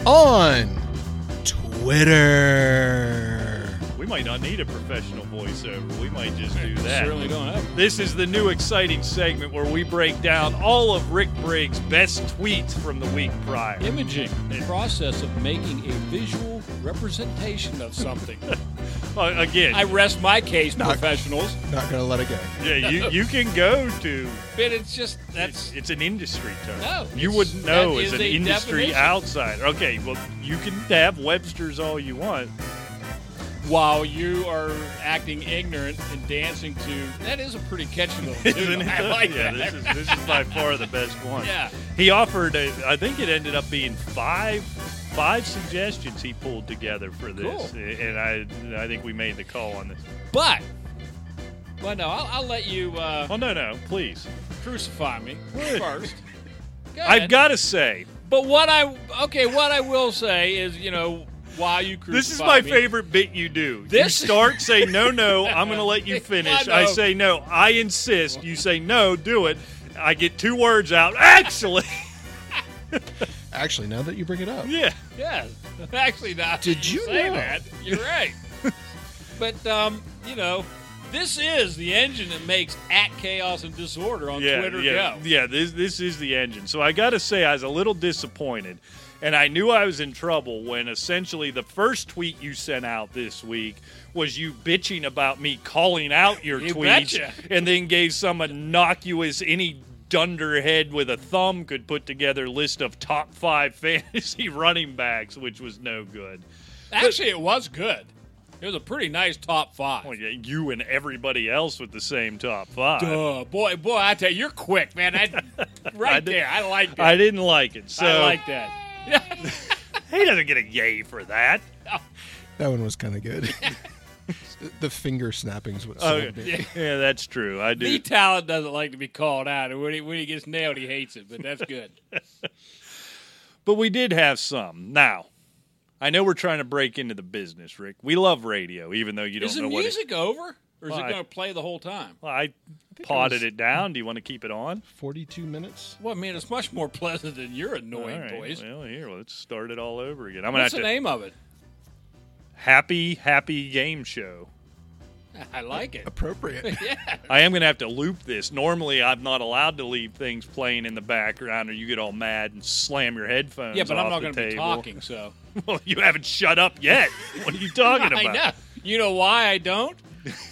S4: on Twitter.
S2: We might not need a professional voiceover. We might just do that.
S3: Certainly don't have.
S2: This is the new exciting segment where we break down all of Rick Briggs' best tweets from the week prior.
S3: Imaging, the process of making a visual representation of something.
S2: Uh, again,
S3: I rest my case, professionals.
S4: Not gonna let it go.
S2: yeah, you, you can go to
S3: But it's just
S2: That's
S3: that's
S2: it's an industry term.
S3: No,
S2: you
S3: it's-
S2: wouldn't know
S3: that
S2: as
S3: is
S2: an
S3: a
S2: industry
S3: definition.
S2: outsider. Okay, well you can have Webster's all you want.
S3: while you are acting ignorant and dancing to. That is a pretty catchy little tune.
S2: Isn't it?
S3: I like
S2: yeah,
S3: that.
S2: This is this is by far the best one.
S3: Yeah.
S2: He offered a, I think it ended up being five five suggestions he pulled together for this.
S3: Cool.
S2: And I I think we made the call on this.
S3: But, well, no, I'll, I'll let you uh,
S2: Well Oh, no no, please.
S3: crucify me
S2: Good.
S3: first. Go
S2: I've
S3: ahead.
S2: gotta say,
S3: But what I okay, what I will say is, you know, while you crucify
S2: This is my
S3: me-
S2: favorite bit you do.
S3: This-
S2: you start, say no, no. I'm going to let you finish.
S3: I
S2: I,
S3: know.
S2: say no. I insist. You say no. Do it. I get two words out. Actually,
S4: Actually, now that you bring it up,
S2: yeah.
S3: Yes, actually, not.
S4: Did you
S3: say
S4: know?
S3: that? You're right. but um, you know, this is the engine that makes at chaos and disorder on
S2: yeah,
S3: Twitter
S2: yeah,
S3: go.
S2: yeah. This this is the engine. So I got to say, I was a little disappointed, and I knew I was in trouble when essentially the first tweet you sent out this week was you bitching about me calling out your
S3: You
S2: tweets,
S3: betcha.
S2: and then gave some innocuous any. Dunderhead with a thumb could put together list of top five fantasy running backs, which was no good.
S3: Actually, it was good. It was a pretty nice top five.
S2: Well, yeah, you and everybody else with the same top five.
S3: Duh, boy, boy, I tell you, you're quick, man. I, right
S2: I did-
S3: there, I like that.
S2: I didn't like it. So
S3: I like that.
S2: he doesn't get a yay for that.
S4: that one was kind of good. the finger snappings was
S2: Oh,
S4: so big.
S2: yeah. yeah, that's true. I do.
S3: The talent doesn't like to be called out, and when he, when he gets nailed, he hates it. But that's good.
S2: But we did have some. Now, I know we're trying to break into the business, Rick. We love radio, even though you don't
S3: is
S2: know
S3: the
S2: what.
S3: music over, or is
S2: Why?
S3: it going to play the whole time?
S2: Well, I
S4: it
S2: potted
S4: was-
S2: it down. Do you want to keep it on?
S4: Forty-two minutes.
S3: Well, I mean, it's much more pleasant than your
S2: All
S3: annoying
S2: right.
S3: voice.
S2: Well, here, let's start it all over again. I'm gonna have
S3: What's the
S2: to
S3: name of it?
S2: happy, happy game show.
S3: I like it.
S4: Appropriate.
S2: I am gonna have to loop this. Normally, I'm not allowed to leave things playing in the background, or you get all mad and slam your headphones.
S3: Yeah, but I'm
S2: off
S3: not
S2: the
S3: going to be
S2: table.
S3: talking, so.
S2: Well, you haven't shut up yet. What are you talking about?
S3: I know. You know why I don't?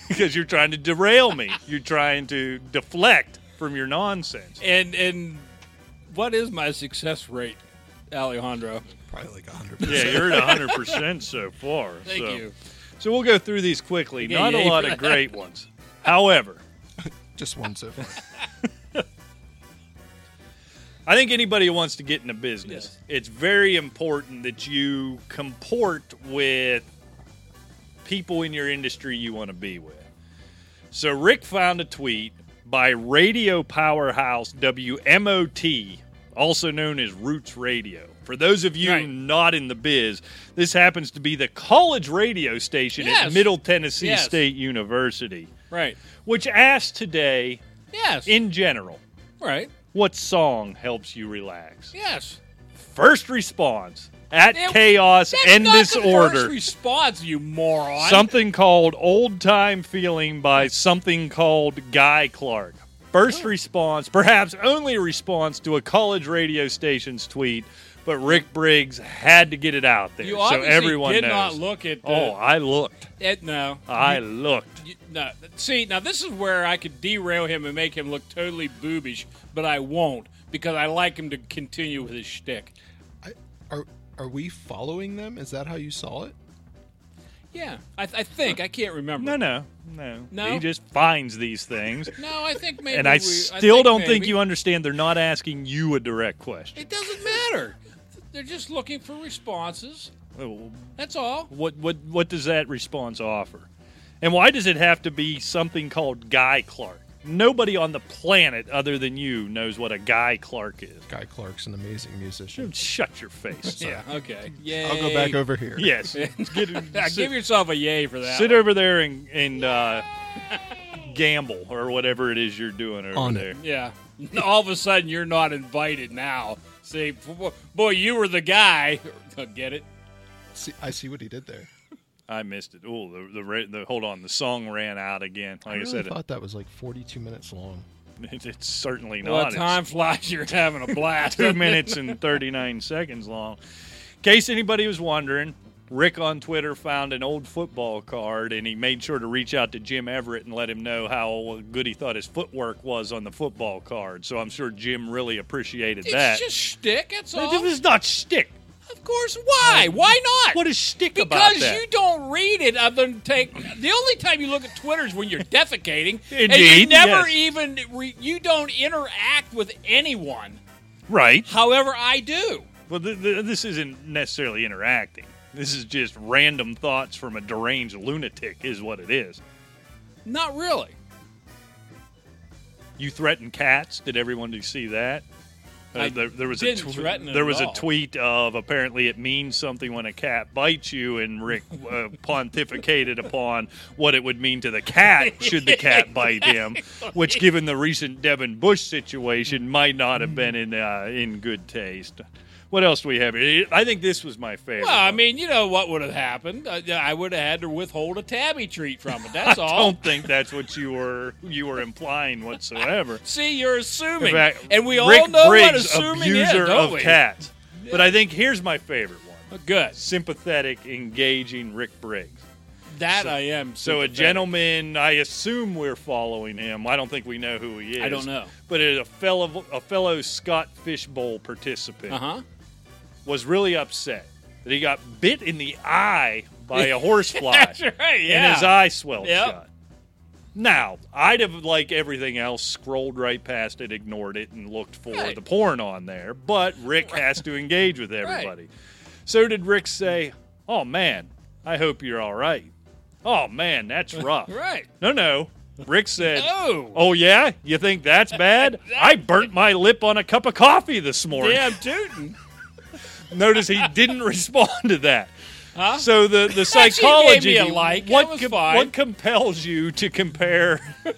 S2: because you're trying to derail me. You're trying to deflect from your nonsense.
S3: And and what is my success rate, Alejandro?
S4: Probably like hundred. percent.
S2: Yeah, you're at 100 percent so far.
S3: Thank
S2: so.
S3: you.
S2: So we'll go through these quickly.
S3: Yeah,
S2: Not
S3: yeah,
S2: a
S3: you-
S2: lot of great ones. However,
S4: Just one so far.
S2: I think anybody who wants to get into business,
S3: Yes.
S2: it's very important that you comport with people in your industry you want to be with. So Rick found a tweet by radio powerhouse WMOT also known as Roots Radio. For those of you
S3: Right.
S2: not in the biz, this happens to be the college radio station at
S3: Yes.
S2: Middle Tennessee
S3: Yes.
S2: State University,
S3: Right.
S2: which asked today,
S3: Yes.
S2: in general,
S3: right.
S2: what song helps you relax?
S3: Yes.
S2: First response at
S3: It-
S2: chaos
S3: That's
S2: and
S3: not
S2: this
S3: the
S2: order.
S3: First response, you moron.
S2: Something called Old Time Feeling by something called Guy Clark.
S3: Oh.
S2: First response, perhaps only response to a college radio station's tweet, but Rick Briggs had to get it out there.
S3: you
S2: so
S3: obviously
S2: everyone
S3: did
S2: knows.
S3: not look at. The,
S2: oh, I Uh. looked.
S3: at- no.
S2: I looked.
S3: You- no. See, now this is where I could derail him and make him look totally boobish, but I won't because I like him to continue with his shtick.
S4: I, are are we following them? Is that how you saw it?
S3: Yeah, I, I think I can't remember.
S2: No, no, no.
S3: No?
S2: He just finds these things.
S3: No, I think maybe.
S2: and I
S3: we-
S2: still don't think
S3: maybe-
S2: you understand they're not asking you a direct question.
S3: It doesn't matter. They're just looking for responses. That's all.
S2: What what what does that response offer? And why does it have to be something called Guy Clark? Nobody on the planet other than you knows what a Guy Clark is.
S4: Guy Clark's an amazing musician.
S2: Shut your face.
S3: Yeah. Okay. Yay.
S4: I'll go back over here.
S2: yes. Get-
S3: Yeah,
S2: sit,
S3: give yourself a yay for that.
S2: sit
S3: one.
S2: over there and and uh, gamble or whatever it is you're doing over
S4: On it.
S2: there.
S3: Yeah. All of a sudden, you're not invited now. See, bo- boy, you were the guy. Get it?
S4: See, I see what he did there.
S2: I missed it. Oh, the, the ra- the hold on, the song ran out again. Like I,
S4: I really
S2: said,
S4: thought that was like 42 minutes long.
S2: it, it's certainly not.
S3: Well,
S2: It's-
S3: time flies. You're having a blast.
S2: two minutes and 39 seconds long. In case anybody was wondering, Rick on Twitter found an old football card and he made sure to reach out to Jim Everett and let him know how good he thought his footwork was on the football card. So I'm sure Jim really appreciated
S3: It's
S2: that.
S3: just shtick. That's all.
S2: it was not shtick.
S3: of course. Why? Why not?
S2: What is shtick about
S3: because
S2: that?
S3: you don't read it other than take the only time you look at twitter is when you're defecating and you
S2: Indeed,
S3: never
S2: yes.
S3: even re, you don't interact with anyone
S2: right.
S3: however i do
S2: Well, th- th- this isn't necessarily interacting. This is just random thoughts from a deranged lunatic, is what it is.
S3: not really
S2: You threaten cats. Did everyone see that? Uh,
S3: I
S2: there, there was
S3: didn't
S2: a tw-
S3: threaten it
S2: there
S3: at
S2: was
S3: all.
S2: a tweet of apparently it means something when a cat bites you, and Rick uh, pontificated upon what it would mean to the cat should the cat bite him, which, given the recent Devin Bush situation, might not have been in uh, in good taste. What else do we have? here? I think this was my favorite.
S3: well i
S2: one.
S3: mean you know what would have happened i, I would have had to withhold a tabby treat from it that's
S2: I
S3: all
S2: don't think that's what you were you were implying whatsoever.
S3: see you're assuming
S2: In fact,
S3: and we
S2: Rick
S3: all know what
S2: Briggs,
S3: assuming is
S2: abuser
S3: don't
S2: of
S3: we?
S2: cats. But I think here's my favorite one:
S3: good
S2: sympathetic, engaging Rick Briggs.
S3: that i am
S2: So a
S3: sympathetic.
S2: gentleman, I assume we're following him. I don't think we know who he is.
S3: I don't know.
S2: But a fellow, a fellow Scott Fishbowl participant
S3: uh-huh
S2: was really upset that he got bit in the eye by a horsefly,
S3: that's right
S2: and
S3: yeah
S2: his eye swelled
S3: Yep.
S2: shut. Now, I'd have, like everything else, scrolled right past it, ignored it, and looked for
S3: Right.
S2: the porn on there. But Rick has to engage with everybody. So did Rick say, Oh man, I hope you're all right. Oh man, that's rough.
S3: right
S2: No, no. Rick said,
S3: No.
S2: Oh, yeah? You think that's bad? I burnt my lip on a cup of coffee this morning.
S3: damn tootin
S2: Notice he didn't respond to that.
S3: huh
S2: So the, the
S3: Actually,
S2: psychology.
S3: it gave me a like. That
S2: What,
S3: was
S2: com-
S3: fine.
S2: what compels you to compare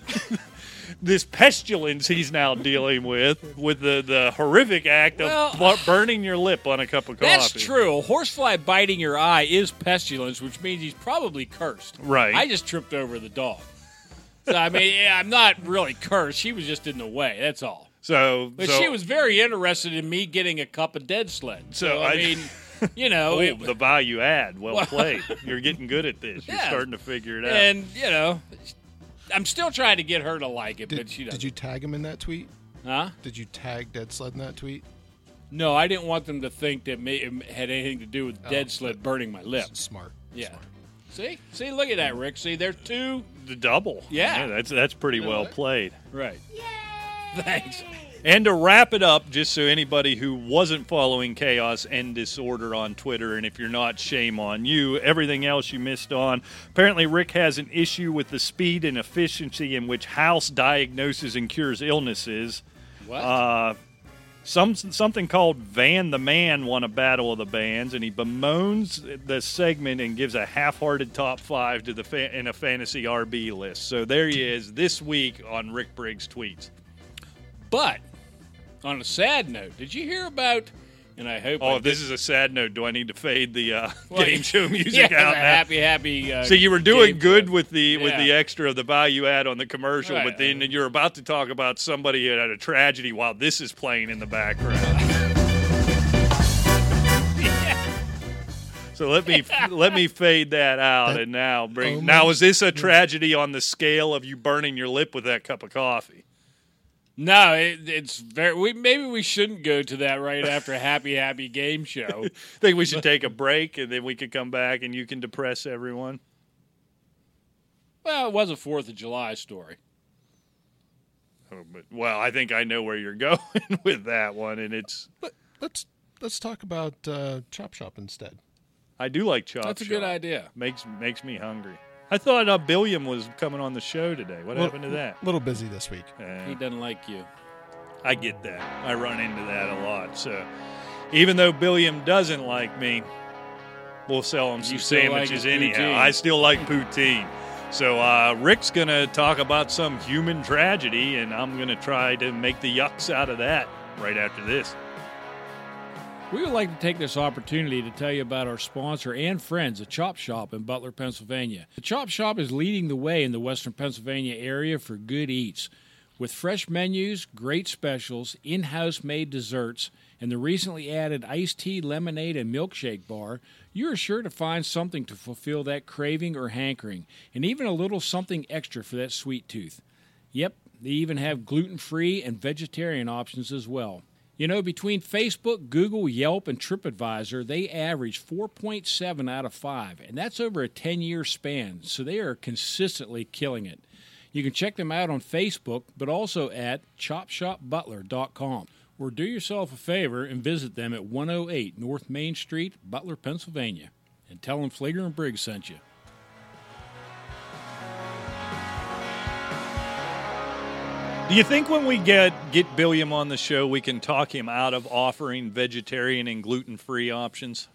S2: this pestilence he's now dealing with with the, the horrific act of
S3: Well-
S2: bu- burning your lip on a cup of coffee?
S3: That's true. A horsefly biting your eye is pestilence, which means he's probably cursed.
S2: Right.
S3: I just tripped over the dog. So I mean, yeah, I'm not really cursed. She was just in the way. That's all.
S2: So,
S3: But
S2: so-
S3: she was very interested in me getting a cup of dead sled. So,
S2: So
S3: I,
S2: I-
S3: mean, you know,
S2: Oh,
S3: it-
S2: the value add. Well,
S3: Well-
S2: played. You're getting good at this. You're
S3: Yeah.
S2: starting to figure it out.
S3: and you know, I'm still trying to get her to like it,
S4: Did,
S3: but she doesn't.
S4: did you tag him in that tweet?
S3: Huh?
S4: Did you tag Dead Sled in that tweet?
S3: No, I didn't want them to think that may, it had anything to do with dead sled burning my lip.
S4: Oh, S- Smart.
S3: Yeah.
S4: Smart.
S3: See, see, look at that, Rick. See, there's two.
S2: the double.
S3: Yeah.
S2: that's that's pretty well
S4: what?
S2: played.
S3: Right. Thanks.
S2: And to wrap it up, just so anybody who wasn't following Chaos and Disorder on Twitter, and if you're not, shame on you. Everything else you missed on. Apparently, Rick has an issue with the speed and efficiency in which House diagnoses and cures illnesses.
S3: What?
S2: Uh, Some something called Van the Man won a battle of the bands, and he bemoans the segment and gives a half-hearted top five to the fa- in a fantasy RB list. So there he is this week on Rick Briggs tweets.
S3: But on a sad note, did you hear about? And I hope.
S2: Oh,
S3: I
S2: if this is a sad note. Do I need to fade the uh,
S3: Well,
S2: game show music
S3: yeah,
S2: out? Now?
S3: the happy, happy. Uh,
S2: So you were doing
S3: game
S2: good
S3: show.
S2: with the with the
S3: Yeah.
S2: extra of the value add on the commercial,
S3: Right,
S2: but then
S3: I-
S2: you're about to talk about somebody who had a tragedy while this is playing in the background. So let me let me fade that out and now bring
S4: Oh my-
S2: now is this a tragedy on the scale of you burning your lip with that cup of coffee?
S3: No, it, it's very. We, maybe we shouldn't go to that right after happy, happy game show.
S2: Think we should take a break and then we could come back and you can depress everyone.
S3: well, it was a Fourth of July story.
S2: Oh, but- Well, I think I know where you're going with that one, and it's
S4: Let, let's let's talk about uh, Chop Shop instead.
S2: I do like chop.
S3: That's a good
S2: shop.
S3: idea.
S2: makes makes me hungry. I thought uh, Billiam was coming on the show today. What
S4: Well,
S2: happened to that?
S4: Little busy this week.
S2: Uh,
S3: He doesn't like you.
S2: I get that. I run into that a lot. So even though Billiam doesn't like me, we'll sell him some
S3: You still like
S2: sandwiches
S3: his
S2: anyhow.
S3: poutine.
S2: I still like poutine. So uh, Rick's gonna talk about some human tragedy, and I'm gonna try to make the yucks out of that right after this.
S3: We would like to take this opportunity to tell you about our sponsor and friends, the Chop Shop in Butler, Pennsylvania. The Chop Shop is leading the way in the Western Pennsylvania area for good eats. With fresh menus, great specials, in house made desserts, and the recently added iced tea, lemonade, and milkshake bar, you are sure to find something to fulfill that craving or hankering, and even a little something extra for that sweet tooth. Yep, they even have gluten free and vegetarian options as well. You know, between Facebook, Google, Yelp, and TripAdvisor, they average 4.7 out of 5, and that's over a 10 year span, so they are consistently killing it. You can check them out on Facebook, but also at chopshopbutler.com. Or do yourself a favor and visit them at 108 North Main Street, Butler, Pennsylvania, and tell them Flager and Briggs sent you.
S2: Do you think when we get get Billiam on the show, we can talk him out of offering vegetarian and gluten free options?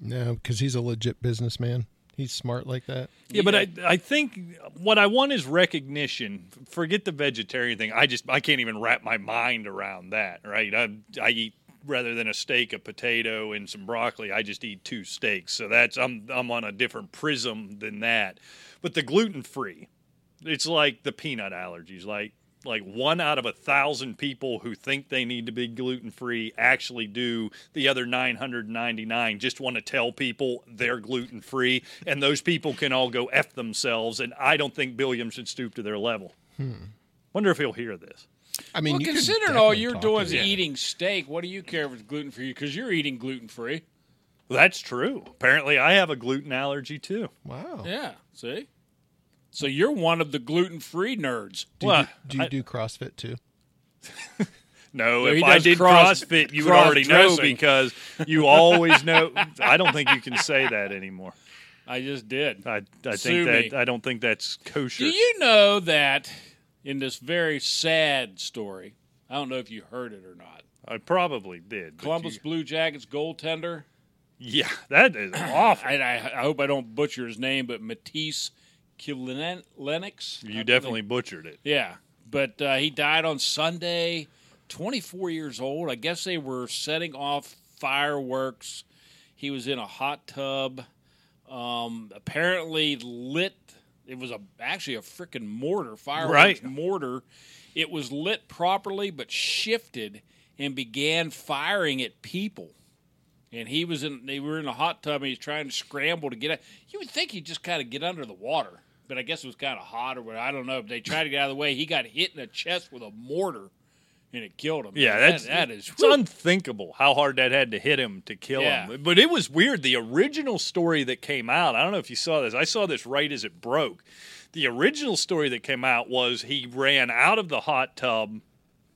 S4: No, because he's a legit businessman. He's smart like that.
S2: Yeah, but I, I think what I want is recognition. Forget the vegetarian thing. I just I can't even wrap my mind around that. Right? I I eat rather than a steak, a potato, and some broccoli. I just eat two steaks. So that's I'm I'm on a different prism than that. But the gluten free, it's like the peanut allergies. Like like one out of a thousand people who think they need to be gluten free actually do. The other 999 just want to tell people they're gluten free, and those people can all go f themselves. And I don't think Billiam should stoop to their level.
S3: Hmm.
S2: Wonder if he'll hear this.
S4: I mean,
S3: well,
S4: you could
S3: considering all
S4: definitely
S3: you're
S4: talk
S3: doing
S4: to
S3: is
S4: him.
S3: eating steak, what do you care if it's gluten free? Because you're eating gluten free.
S2: Well, that's true. Apparently, I have a gluten allergy too.
S4: Wow.
S3: Yeah. See. So you're one of the gluten free nerds.
S4: Do
S2: Well,
S4: you, do, do, you
S2: I-
S4: do CrossFit too?
S2: No,
S3: No, he
S2: if I
S3: does
S2: did
S3: cross-
S2: CrossFit, you would
S3: cross
S2: already know
S3: drobing.
S2: because you always know. I don't think you can say that anymore.
S3: I just did.
S2: I, I
S3: Sue
S2: think that
S3: me.
S2: I don't think that's kosher.
S3: Do you know that in this very sad story? I don't know if you heard it or not.
S2: I probably did. but
S3: Columbus
S2: you-
S3: Blue Jackets goaltender.
S2: yeah, that is awful.
S3: I, I, I hope I don't butcher his name, but Matisse Lennox.
S2: You definitely butchered it.
S3: Yeah, but uh, he died on Sunday, 24 years old. I guess they were setting off fireworks. He was in a hot tub. Um, apparently lit. It was a actually a freaking mortar fireworks
S2: Right.
S3: mortar. It was lit properly, but shifted and began firing at people. And he was in. They were in a hot tub. and He's trying to scramble to get out. You would think he'd just kind of get under the water, but I guess it was kind of hot or what. I don't know. But they tried to get out of the way. He got hit in the chest with a mortar, and it killed him.
S2: Yeah,
S3: That-
S2: that's
S3: that is.
S2: It's unthinkable how hard that had to hit him to kill
S3: Yeah.
S2: him. But it was weird. The original story that came out. I don't know if you saw this. I saw this right as it broke. The original story that came out was he ran out of the hot tub.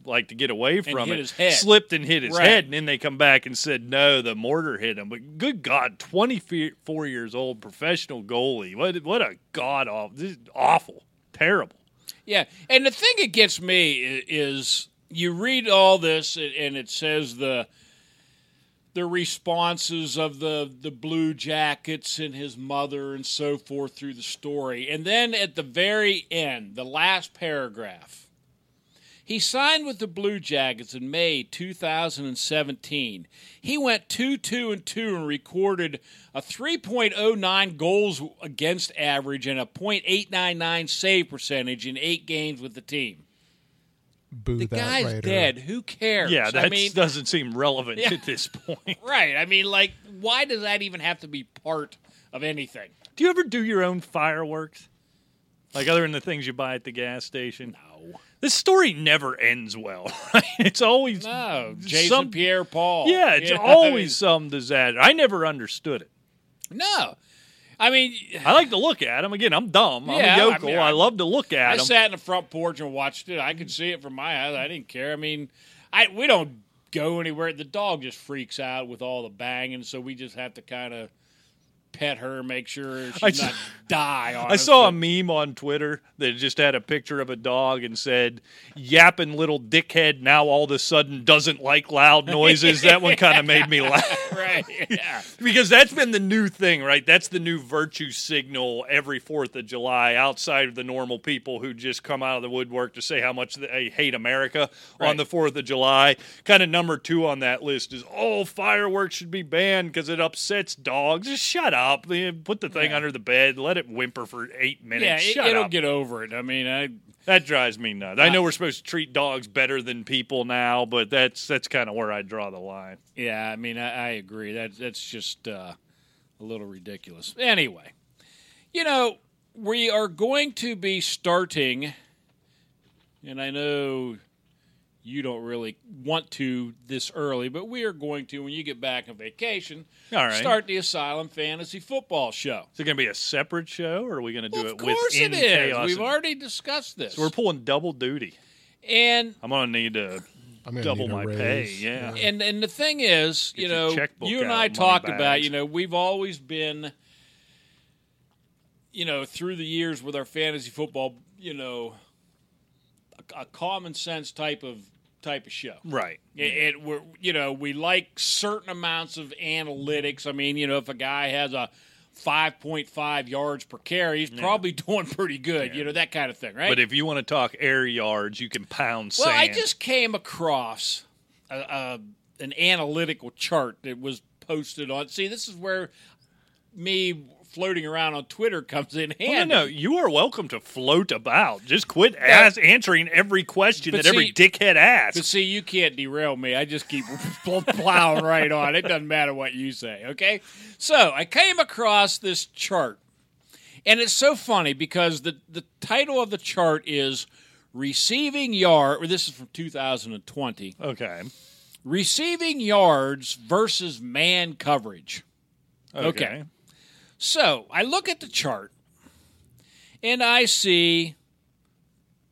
S2: Like to get away from
S3: hit
S2: it,
S3: his head.
S2: slipped and hit his
S3: Right.
S2: head, and then they come back and said no, the mortar hit him. But good God, twenty four years old professional goalie, what what a god awful, this is awful, terrible.
S3: Yeah, and the thing that gets me i- is you read all this, and- and it says the the responses of the the blue jackets and his mother and so forth through the story, and then at the very end, the last paragraph. He signed with the Blue Jackets in May 2017. He went 2 2 and 2 and recorded a 3.09 goals against average and a .899 save percentage in eight games with the team.
S4: Boo
S3: The
S4: that
S3: guy's
S4: writer.
S3: dead. Who cares?
S2: Yeah, that
S3: I mean,
S2: doesn't seem relevant
S3: Yeah.
S2: at this point.
S3: right. I mean, like, why does that even have to be part of anything?
S2: Do you ever do your own fireworks? Like other than the things you buy at the gas station? No. This story never ends well. Right? It's always
S3: No, Oh, Jason
S2: Some-
S3: Pierre Paul.
S2: Yeah, it's always some disaster. I never understood it.
S3: no. I mean,
S2: I like to look at them. Again, I'm dumb.
S3: Yeah, I
S2: I'm a yokel. I,
S3: mean, I-
S2: love to look at
S3: I
S2: them.
S3: sat in the front porch and watched it. I could see it from my house. I didn't care. I mean, I we don't go anywhere. The dog just freaks out with all the banging, so we just have to kind of pet her, make sure she
S2: I
S3: not
S2: s-
S3: die. On
S2: I saw a meme on Twitter that just had a picture of a dog and said, yapping little dickhead now all of a sudden doesn't like loud noises. that one kind of made me laugh.
S3: right. Yeah.
S2: Because that's been the new thing, right? That's the new virtue signal every 4th of July outside of the normal people who just come out of the woodwork to say how much they hate America on
S3: Right.
S2: the 4th of July. Kind of number two on that list is, oh, fireworks should be banned because it upsets dogs. Just shut up. Put the thing under the bed. Let it whimper for eight
S3: Yeah,
S2: minutes.
S3: it,
S2: shut
S3: it'll
S2: up.
S3: get over it. I mean, I
S2: that drives me nuts. I know we're supposed to treat dogs better than people now, but that's, that's kind of where I draw the line.
S3: yeah, I mean, I, I agree. That that's just uh, a little ridiculous. Anyway, you know, we are going to be starting, and I know you don't really want to this early, but we are going to when you get back on vacation.
S2: All right.
S3: start the Asylum Fantasy Football Show.
S2: Is it going to be a separate show, or are we going to do
S3: of
S2: it
S3: course
S2: within
S3: it is.
S2: chaos?
S3: We've
S2: and-
S3: already discussed this,
S2: so we're pulling double duty.
S3: and
S2: I'm going to need to
S4: I'm gonna
S2: double
S4: need a
S2: my
S4: raise.
S2: pay. Yeah.
S3: and and the thing is, you
S2: your
S3: know,
S2: checkbook
S3: you and
S2: out,
S3: I
S2: money
S3: talked
S2: bags.
S3: about, you know, we've always been, you know, through the years with our fantasy football, you know, a, a common sense type of type of show.
S2: Right.
S3: It, it we're, you know we like certain amounts of analytics. I mean, you know, if a guy has a 5.5 yards per carry, he's probably doing pretty good. You know that kind of thing, right?
S2: But if you want to talk air yards, you can pound
S3: Well, I
S2: sand.
S3: just came across a, a, an analytical chart that was posted on. See, this is where me floating around on Twitter comes in
S2: Oh, No, no,
S3: handy.
S2: no, you are welcome to float about. Just quit ask, answering every question
S3: But
S2: that every
S3: see-
S2: dickhead asks.
S3: But see, you can't derail me. I just keep pl- plowing right on. It doesn't matter what you say, okay? So I came across this chart, and it's so funny because the, the title of the chart is Receiving Yard, or this is from 2020.
S2: okay.
S3: receiving yards versus man coverage.
S2: okay.
S3: Okay. So I look at the chart and I see,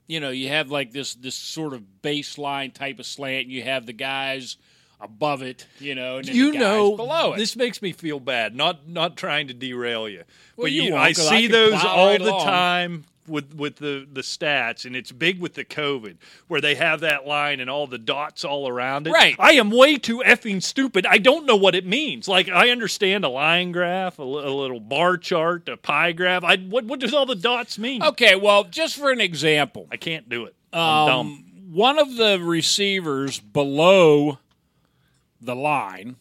S3: you know, you have like this this sort of baseline type of slant. And you have the guys above it, you know, and then
S2: You
S3: the guys
S2: know,
S3: below it.
S2: this makes me feel bad. Not not trying to derail you, but
S3: you
S2: you,
S3: won't,
S2: I
S3: 'cause I
S2: see
S3: can
S2: those
S3: plow
S2: all
S3: right
S2: the
S3: along.
S2: time with with the the stats, and it's big with the COVID where they have that line and all the dots all around it.
S3: Right.
S2: I am way too effing stupid. I don't know what it means. Like I understand a line graph, a, li- a little bar chart, a pie graph. I what what does all the dots mean?
S3: okay, well, just for an example,
S2: I can't do it.
S3: Um,
S2: I'm dumb.
S3: one of the receivers below the line,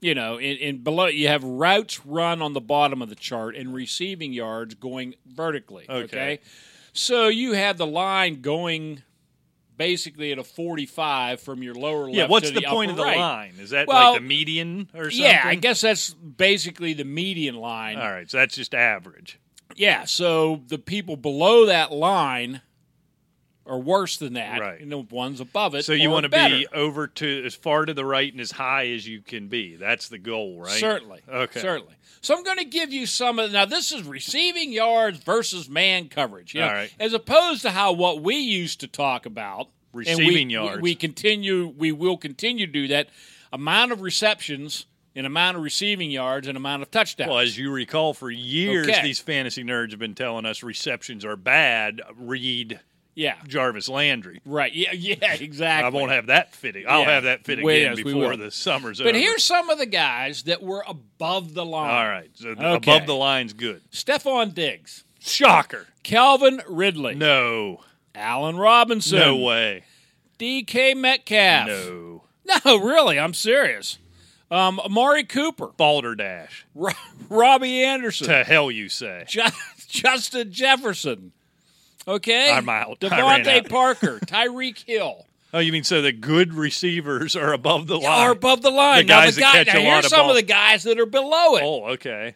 S3: you know, in, in below you have routes run on the bottom of the chart and receiving yards going vertically. Okay.
S2: Okay.
S3: So you have the line going basically at a 45 from your lower left.
S2: Yeah, what's
S3: to
S2: the, point of
S3: upper
S2: the
S3: right.
S2: line? Is that
S3: Well,
S2: like the median or something?
S3: Yeah, I guess that's basically the median line.
S2: All right, so that's just average.
S3: Yeah, so the people below that line are worse than that,
S2: Right.
S3: and the ones above it.
S2: So you
S3: want to
S2: be over to as far to the right and as high as you can be. That's the goal, right?
S3: Certainly.
S2: Okay.
S3: Certainly. So I'm going to give you some of now. This is receiving yards versus man coverage. You know,
S2: All right.
S3: As opposed to how what we used to talk about and we-
S2: Receiving
S3: we-
S2: yards.
S3: We, continue. We will continue to do that. Amount of receptions and amount of receiving yards and amount of touchdowns.
S2: Well, as you recall, for years
S3: Okay.
S2: these fantasy nerds have been telling us receptions are bad. Read
S3: Yeah.
S2: Jarvis Landry.
S3: Right. Yeah. Yeah. Exactly.
S2: I won't have that fitting. I'll
S3: Yeah.
S2: have that fitting
S3: Wait,
S2: in
S3: yes, we
S2: before
S3: will.
S2: the summer's over.
S3: But here's some of the guys that were above the line.
S2: all right. So th-
S3: Okay.
S2: above the line's good.
S3: Stephon Diggs,
S2: Shocker.
S3: Calvin Ridley,
S2: No.
S3: Allen Robinson,
S2: no way.
S3: DK Metcalf.
S2: No.
S3: No, really, I'm serious. Um, Amari Cooper,
S2: Balderdash.
S3: Ro- Robbie Anderson,
S2: To hell you say.
S3: Ju- Justin Jefferson. Okay,
S2: I'm out. I ran out.
S3: Devontae Parker, Tyreek Hill
S2: Oh, you mean so the good receivers are above the line?
S3: are above the line.
S2: Uh, The
S3: now,
S2: guys
S3: the
S2: that
S3: guy,
S2: catch
S3: now
S2: a
S3: here's
S2: lot of
S3: some
S2: balls.
S3: of the guys that are below it.
S2: oh, okay.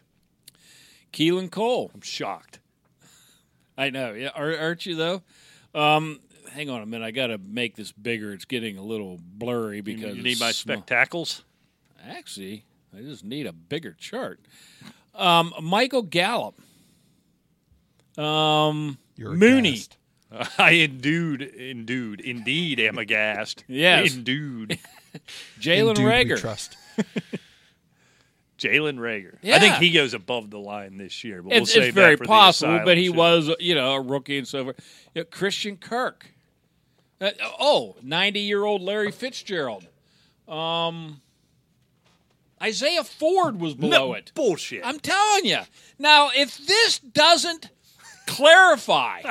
S3: Keelan Cole.
S2: I'm shocked.
S3: I know. Yeah, are, aren't you though? Um, hang on a minute. I got to make this bigger. It's getting a little blurry because
S2: You need
S3: it's
S2: my
S3: small.
S2: spectacles?
S3: Actually, I just need a bigger chart. Um, Michael Gallup. Um,
S4: You're
S3: Mooney.
S4: aghast.
S2: I endued, endued, indeed am aghast.
S3: Yes.
S2: Endued.
S3: Jalen
S4: Indeed we
S3: Rager.
S4: Trust.
S2: Jalen Rager. I
S3: Yeah.
S2: think he goes above the line this year, but we'll
S3: It's,
S2: save
S3: it's
S2: that
S3: very
S2: for the
S3: possible,
S2: asylum
S3: but he
S2: show.
S3: was, you know, a rookie and so forth. Yeah, Christian Kirk. Uh, oh, 90 year old Larry Fitzgerald. Um, Isaiah Ford was below
S2: no,
S3: it.
S2: Bullshit.
S3: I'm telling you. Now, if this doesn't clarify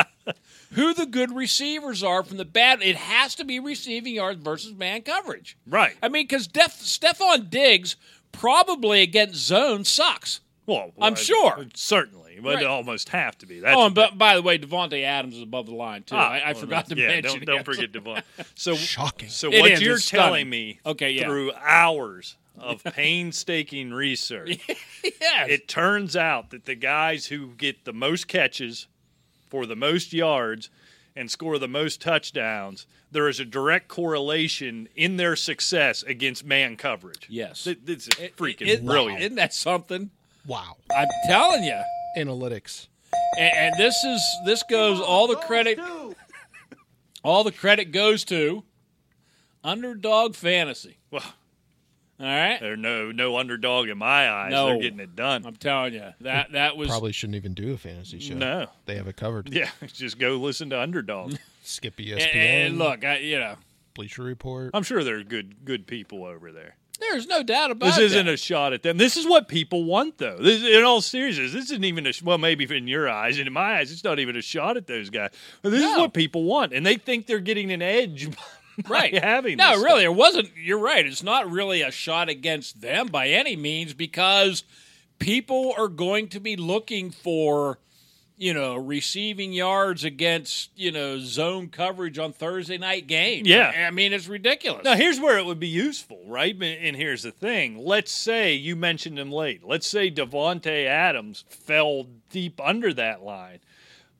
S3: who the good receivers are from the bad, it has to be receiving yards versus man coverage.
S2: right.
S3: I mean, because Def- Stephon Diggs probably against zone sucks.
S2: well,
S3: I'm
S2: uh,
S3: sure.
S2: Certainly. But
S3: Right.
S2: they almost have to be. That's
S3: oh, and but, by the way, Devontae Adams is above the line, too.
S2: Ah,
S3: I, I
S2: well,
S3: forgot to
S2: yeah,
S3: mention
S2: Don't, don't
S3: him.
S2: forget Devon. So
S4: Shocking.
S2: So
S3: It
S2: what
S3: is,
S2: you're
S3: it's stunning.
S2: telling me,
S3: Okay, yeah.
S2: through hours of painstaking research,
S3: Yes.
S2: it turns out that the guys who get the most catches for the most yards and score the most touchdowns, there is a direct correlation in their success against man coverage.
S3: Yes.
S2: Th- this is freaking
S3: Isn't-
S2: brilliant.
S3: Isn't that something?
S4: Wow.
S3: I'm telling you.
S4: Analytics.
S3: and, and this is this goes all the credit all the credit goes to underdog fantasy
S2: Well,
S3: all right
S2: they're no no underdog in my eyes.
S3: No.
S2: They're getting it done.
S3: i'm telling you that that was
S4: Probably shouldn't even do a fantasy show.
S2: No.
S4: They have it covered.
S2: Yeah, just go listen to underdog.
S4: Skip E
S3: and,
S2: E
S4: ESPN.
S3: and look I, you know
S4: Bleacher Report.
S2: I'm sure there are good good people over there.
S3: there's no doubt about
S2: This isn't
S3: that.
S2: a shot at them. This is what people want, though. This, in all seriousness, this isn't even a sh- well, maybe in your eyes and in my eyes, it's not even a shot at those guys. But this is
S3: No.
S2: what people want, and they think they're getting an edge by
S3: right
S2: having.
S3: no
S2: this stuff.
S3: really it wasn't you're right it's not really a shot against them by any means because people are going to be looking for you know receiving yards against you know zone coverage on thursday night games
S2: Yeah.
S3: i mean it's ridiculous
S2: Now here's where it would be useful, right? And- And here's the thing: let's say you mentioned him late. Let's say Devonte Adams fell deep under that line.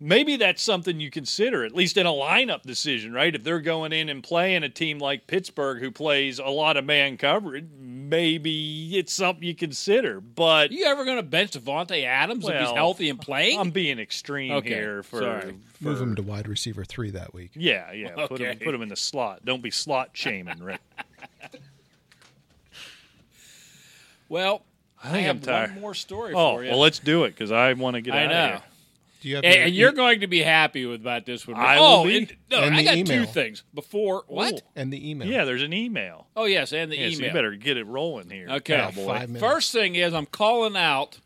S2: Maybe that's something you consider, at least in a lineup decision, right? If they're going in and playing a team like Pittsburgh who plays a lot of man coverage, maybe it's something you consider. But
S3: you ever going to bench Devontae Adams if
S2: Well,
S3: he's healthy and playing?
S2: I'm being extreme
S3: Okay,
S2: here for,
S3: sorry.
S2: for-
S4: Move him to wide receiver three that week.
S2: yeah, yeah. Put him
S3: Okay.
S2: put him in the slot. Don't be slot shaming, Rick.
S3: well,
S2: I
S3: I
S2: think
S3: have
S2: am tired.
S3: one more story
S2: Oh
S3: for you.
S2: well, let's do it because I want to get
S3: I
S2: out
S3: know.
S2: of here.
S4: Do you have
S3: and,
S4: your- e-
S3: and you're going to be happy with about this one.
S2: I
S3: oh,
S2: will be.
S3: and- no,
S4: And
S3: I
S4: the
S3: got
S4: email.
S3: two things before what?
S2: Ooh.
S4: and the email.
S2: Yeah, there's an email.
S3: Oh yes, and the
S2: Yeah, so
S3: email.
S2: you better get it rolling here.
S3: Okay.
S4: Yeah,
S2: cowboy.
S4: five minutes.
S3: First thing is I'm calling out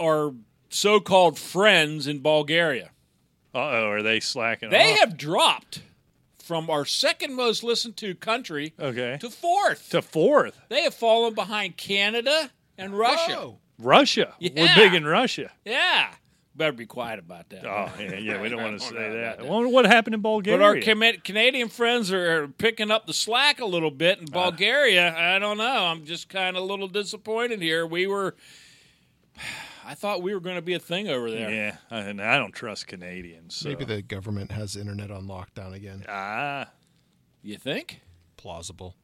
S3: our so-called friends in Bulgaria.
S2: Uh oh, are they slacking?
S3: They
S4: Uh-huh.
S2: off?
S3: have dropped from our second most listened to country
S2: okay
S3: to fourth.
S2: to fourth.
S3: They have fallen behind Canada and Russia.
S4: Whoa.
S2: Russia. We're
S3: Yeah.
S2: big in Russia.
S3: Yeah. Better be quiet about that.
S4: Uh,
S2: Oh yeah, yeah. We don't want to say
S3: don't know
S2: that.
S3: about that.
S2: Well, what happened in Bulgaria?
S3: But our Cana- Canadian friends are are picking up the slack a little bit in
S4: Uh-huh.
S3: Bulgaria. I don't know. I'm just kind of a little disappointed here. We were, I thought we were going to be a thing over there.
S2: yeah, and I don't trust Canadians. So.
S4: Maybe the government has internet on lockdown again.
S2: ah,
S3: You think?
S4: Plausible.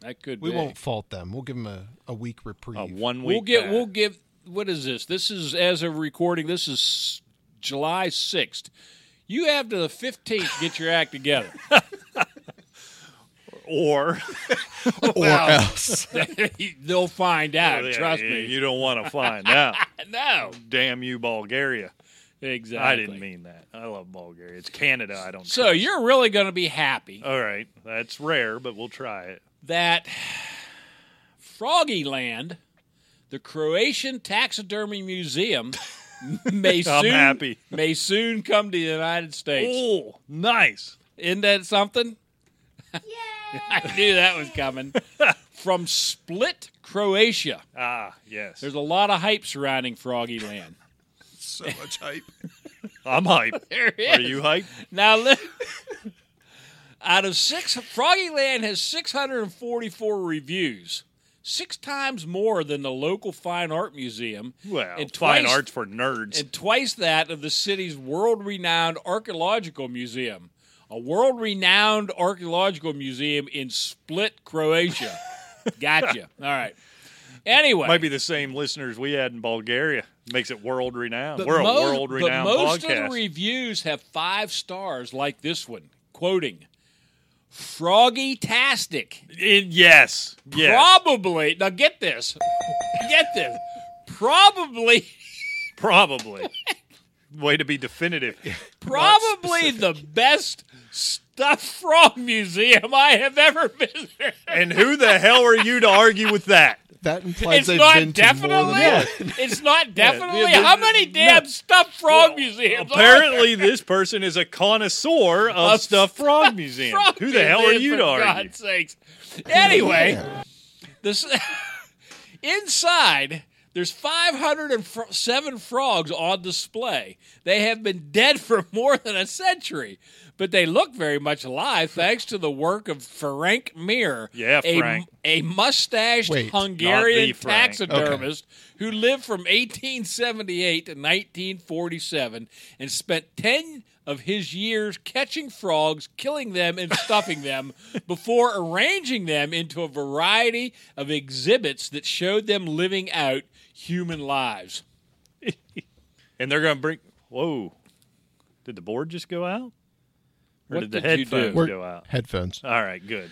S3: That could.
S4: We
S3: be.
S4: won't fault them. We'll give them a, a week reprieve.
S2: a one week.
S3: We'll get.
S2: back.
S3: We'll give. What is this? This is as of recording. This is July sixth. You have to the fifteenth to get your act together.
S2: or
S4: or else.
S3: They'll find out.
S2: Yeah,
S3: trust
S2: yeah,
S3: me.
S2: You don't want to find out.
S3: no.
S2: Damn you, Bulgaria.
S3: Exactly.
S2: I didn't mean that. I love Bulgaria. It's Canada. I don't.
S3: So
S2: trust.
S3: you're really going to be happy
S2: all right. That's rare, but we'll try it.
S3: that Froggy Land, the Croatian Taxidermy Museum, may
S2: I'm
S3: soon
S2: happy.
S3: may soon come to the United States.
S2: Oh, nice.
S3: Isn't that something? I knew that was coming. From Split, Croatia.
S2: Ah, yes.
S3: There's a lot of hype surrounding Froggy Land.
S4: So much hype.
S2: I'm hyped.
S3: There
S2: Are
S3: is.
S2: you hyped?
S3: Now, li- out of six, Froggy Land has 644 reviews, six times more than the local fine art museum.
S2: Well,
S3: and
S2: fine
S3: twice-
S2: arts for nerds.
S3: and twice that of the city's world renowned archaeological museum. A world renowned archaeological museum in Split, Croatia. gotcha. All right. Anyway,
S2: Might be the same listeners we had in Bulgaria. Makes it world renowned.
S3: but
S2: We're a
S3: mo-
S2: world renowned
S3: But most
S2: podcast.
S3: of the reviews have five stars, like this one, quoting Froggy Tastic.
S2: In- yes. Yes.
S3: Probably, now get this, get this, probably.
S2: Probably. Way to be definitive.
S3: probably the best stuffed frog museum I have ever visited.
S2: And who the hell are you to argue with that?
S4: That implies
S3: It's
S4: they've
S3: not
S4: been to more than one.
S3: definitely. It's not definitely.
S2: yeah,
S3: How
S2: the-
S3: many damn stuffed frog museums? are there?
S2: Apparently, this person is a connoisseur of stuffed frog museum.
S3: Frog
S2: Who the hell are
S3: museum,
S2: you
S3: for
S2: to argue?
S3: God's sakes. Anyway, this inside there's 507 frogs on display. They have been dead for more than a century, but they look very much alive thanks to the work of Frank Mir,
S2: Yeah,
S3: a-
S2: Frank.
S3: a, mustached
S4: Wait, not
S2: the
S3: Hungarian
S2: Frank.
S3: taxidermist who lived from 1878 to 1947 and spent 10 of his years catching frogs, killing them, and stuffing them before arranging them into a variety of exhibits that showed them living out human lives.
S2: And they're going to bring. Whoa. Did the board just go out? Or
S3: What
S2: did the
S3: did you do?
S2: headphones
S4: We're-
S2: go out?
S4: Headphones.
S2: All right, good.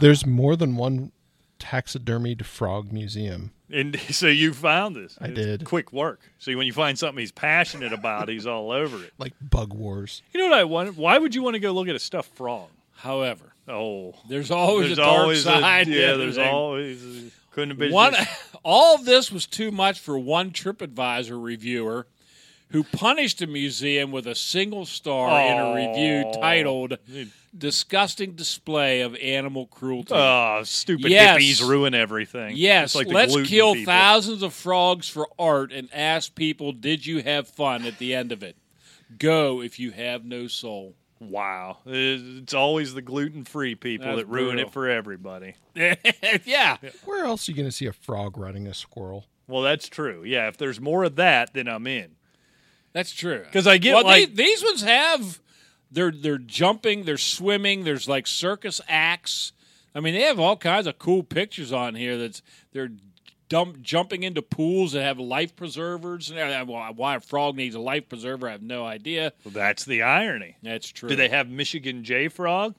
S4: There's more than one taxidermied frog museum.
S2: And so you found this.
S4: I
S2: It's
S4: did.
S2: Quick work. See, when you find something he's passionate about, he's all over it.
S4: Like Bug Wars.
S2: You know what I want? Why would you want to go look at a stuffed frog?
S3: However,
S2: Oh,
S3: there's always
S2: there's
S3: a dark
S2: always a-
S3: side. to
S2: yeah. There's
S3: everything.
S2: always couldn't have been
S3: One,
S2: just-
S3: all of this was too much for one TripAdvisor reviewer who punished the museum with a single star in a review
S2: Aw.
S3: titled Disgusting Display of Animal Cruelty.
S2: Oh, stupid
S3: Yes.
S2: hippies ruin everything.
S3: yes,
S2: Just like the
S3: let's
S2: gluten
S3: kill
S2: people.
S3: thousands of frogs for art and ask people, did you have fun at the end of it? Go if you have no soul.
S2: Wow, it's always the gluten-free people
S3: That's
S2: that ruin
S3: brutal.
S2: it for everybody.
S3: yeah.
S4: Where else are you going to see a frog riding a squirrel?
S2: Well, that's true. Yeah, if there's more of that, then I'm in.
S3: That's true.
S2: 'Cause I get,
S3: well, the-
S2: like-
S3: these, ones have they're they're jumping, they're swimming. There's like circus acts. I mean, they have all kinds of cool pictures on here. That's they're dump jumping into pools that have life preservers. And uh, why why a frog needs a life preserver, I have no idea.
S2: Well, that's the irony.
S3: That's true.
S2: Do they have Michigan J frog?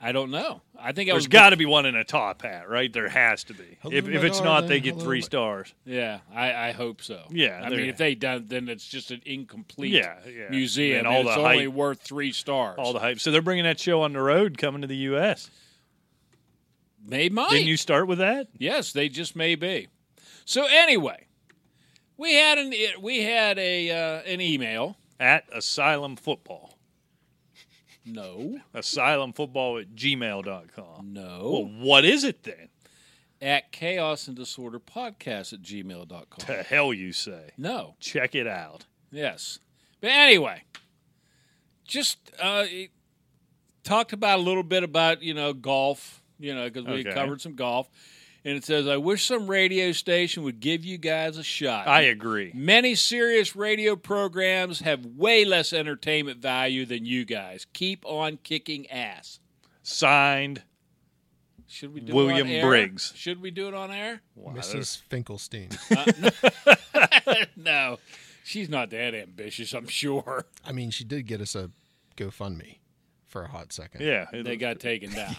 S3: I don't know. I think I was
S2: There's got to be one in a top hat, right? There has to be.
S4: Hello,
S2: If, if
S4: my
S2: it's not,
S4: darling.
S2: they get
S4: Hello,
S2: three
S4: my-
S2: stars.
S3: Yeah, I, I hope so.
S2: Yeah,
S3: I
S2: they're-
S3: mean, if they done, then it's just an incomplete
S2: Yeah, yeah.
S3: museum.
S2: And
S3: And
S2: all
S3: it's
S2: the
S3: only
S2: hype-
S3: worth three stars.
S2: All the hype. So they're bringing that show on the road, coming to the U.S.
S3: they might.
S2: Didn't you start with that?
S3: Yes, they just may be. So anyway, we had an we had a uh, an email.
S2: At Asylum Football.
S3: No,
S2: AsylumFootball at gmail.com. Well,
S3: no.
S2: what is it then?
S3: At chaos and disorder podcast at gmail.com.
S2: The hell you say?
S3: No.
S2: Check it out.
S3: Yes. But anyway, just uh, it- talked about a little bit about, you know, golf, you know, because we had
S2: Okay.
S3: covered some golf. And it says, I wish some radio station would give you guys a shot.
S2: I agree.
S3: Many serious radio programs have way less entertainment value than you guys. Keep on kicking ass.
S2: Signed.
S3: Should we do
S2: William
S3: it on air?
S2: Briggs.
S3: Should we do it on air?
S4: Mrs. Finkelstein.
S3: No. She's not that ambitious, I'm sure.
S4: I mean, she did get us a GoFundMe for a hot second.
S2: Yeah.
S3: They got taken down.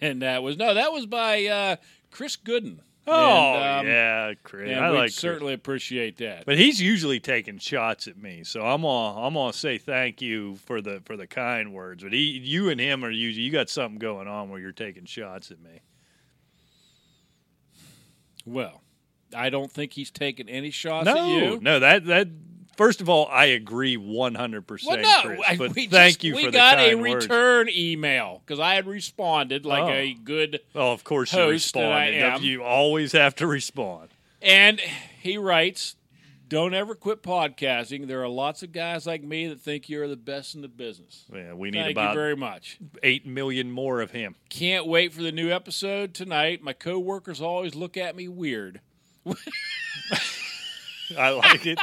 S3: and that was no, that was by uh, Chris Gooden.
S2: Oh
S3: um,
S2: yeah, Chris.
S3: And
S2: I
S3: we'd
S2: like Chris.
S3: certainly appreciate that.
S2: But he's usually taking shots at me, so I'm gonna I'm gonna say thank you for the for the kind words. But he, you and him are usually you got something going on where you're taking shots at me.
S3: well, I don't think he's taking any shots at
S2: No,
S3: you.
S2: no, that that first of all, I agree 100.
S3: Well,
S2: percent
S3: no,
S2: Chris,
S3: I-
S2: but
S3: we
S2: thank
S3: just-
S2: you
S3: we
S2: for
S3: got
S2: the kind
S3: a
S2: words.
S3: return email because I had responded like
S2: Oh.
S3: a good.
S2: Oh, of course you
S3: host that I
S2: respond.
S3: am.
S2: You always have to respond.
S3: And he writes, "Don't ever quit podcasting. There are lots of guys like me that think you're the best in the business.
S2: Yeah, we need
S3: Thank you
S2: about
S3: very much.
S2: eight million more of him.
S3: Can't wait for the new episode tonight. My coworkers always look at me weird.
S2: I like it.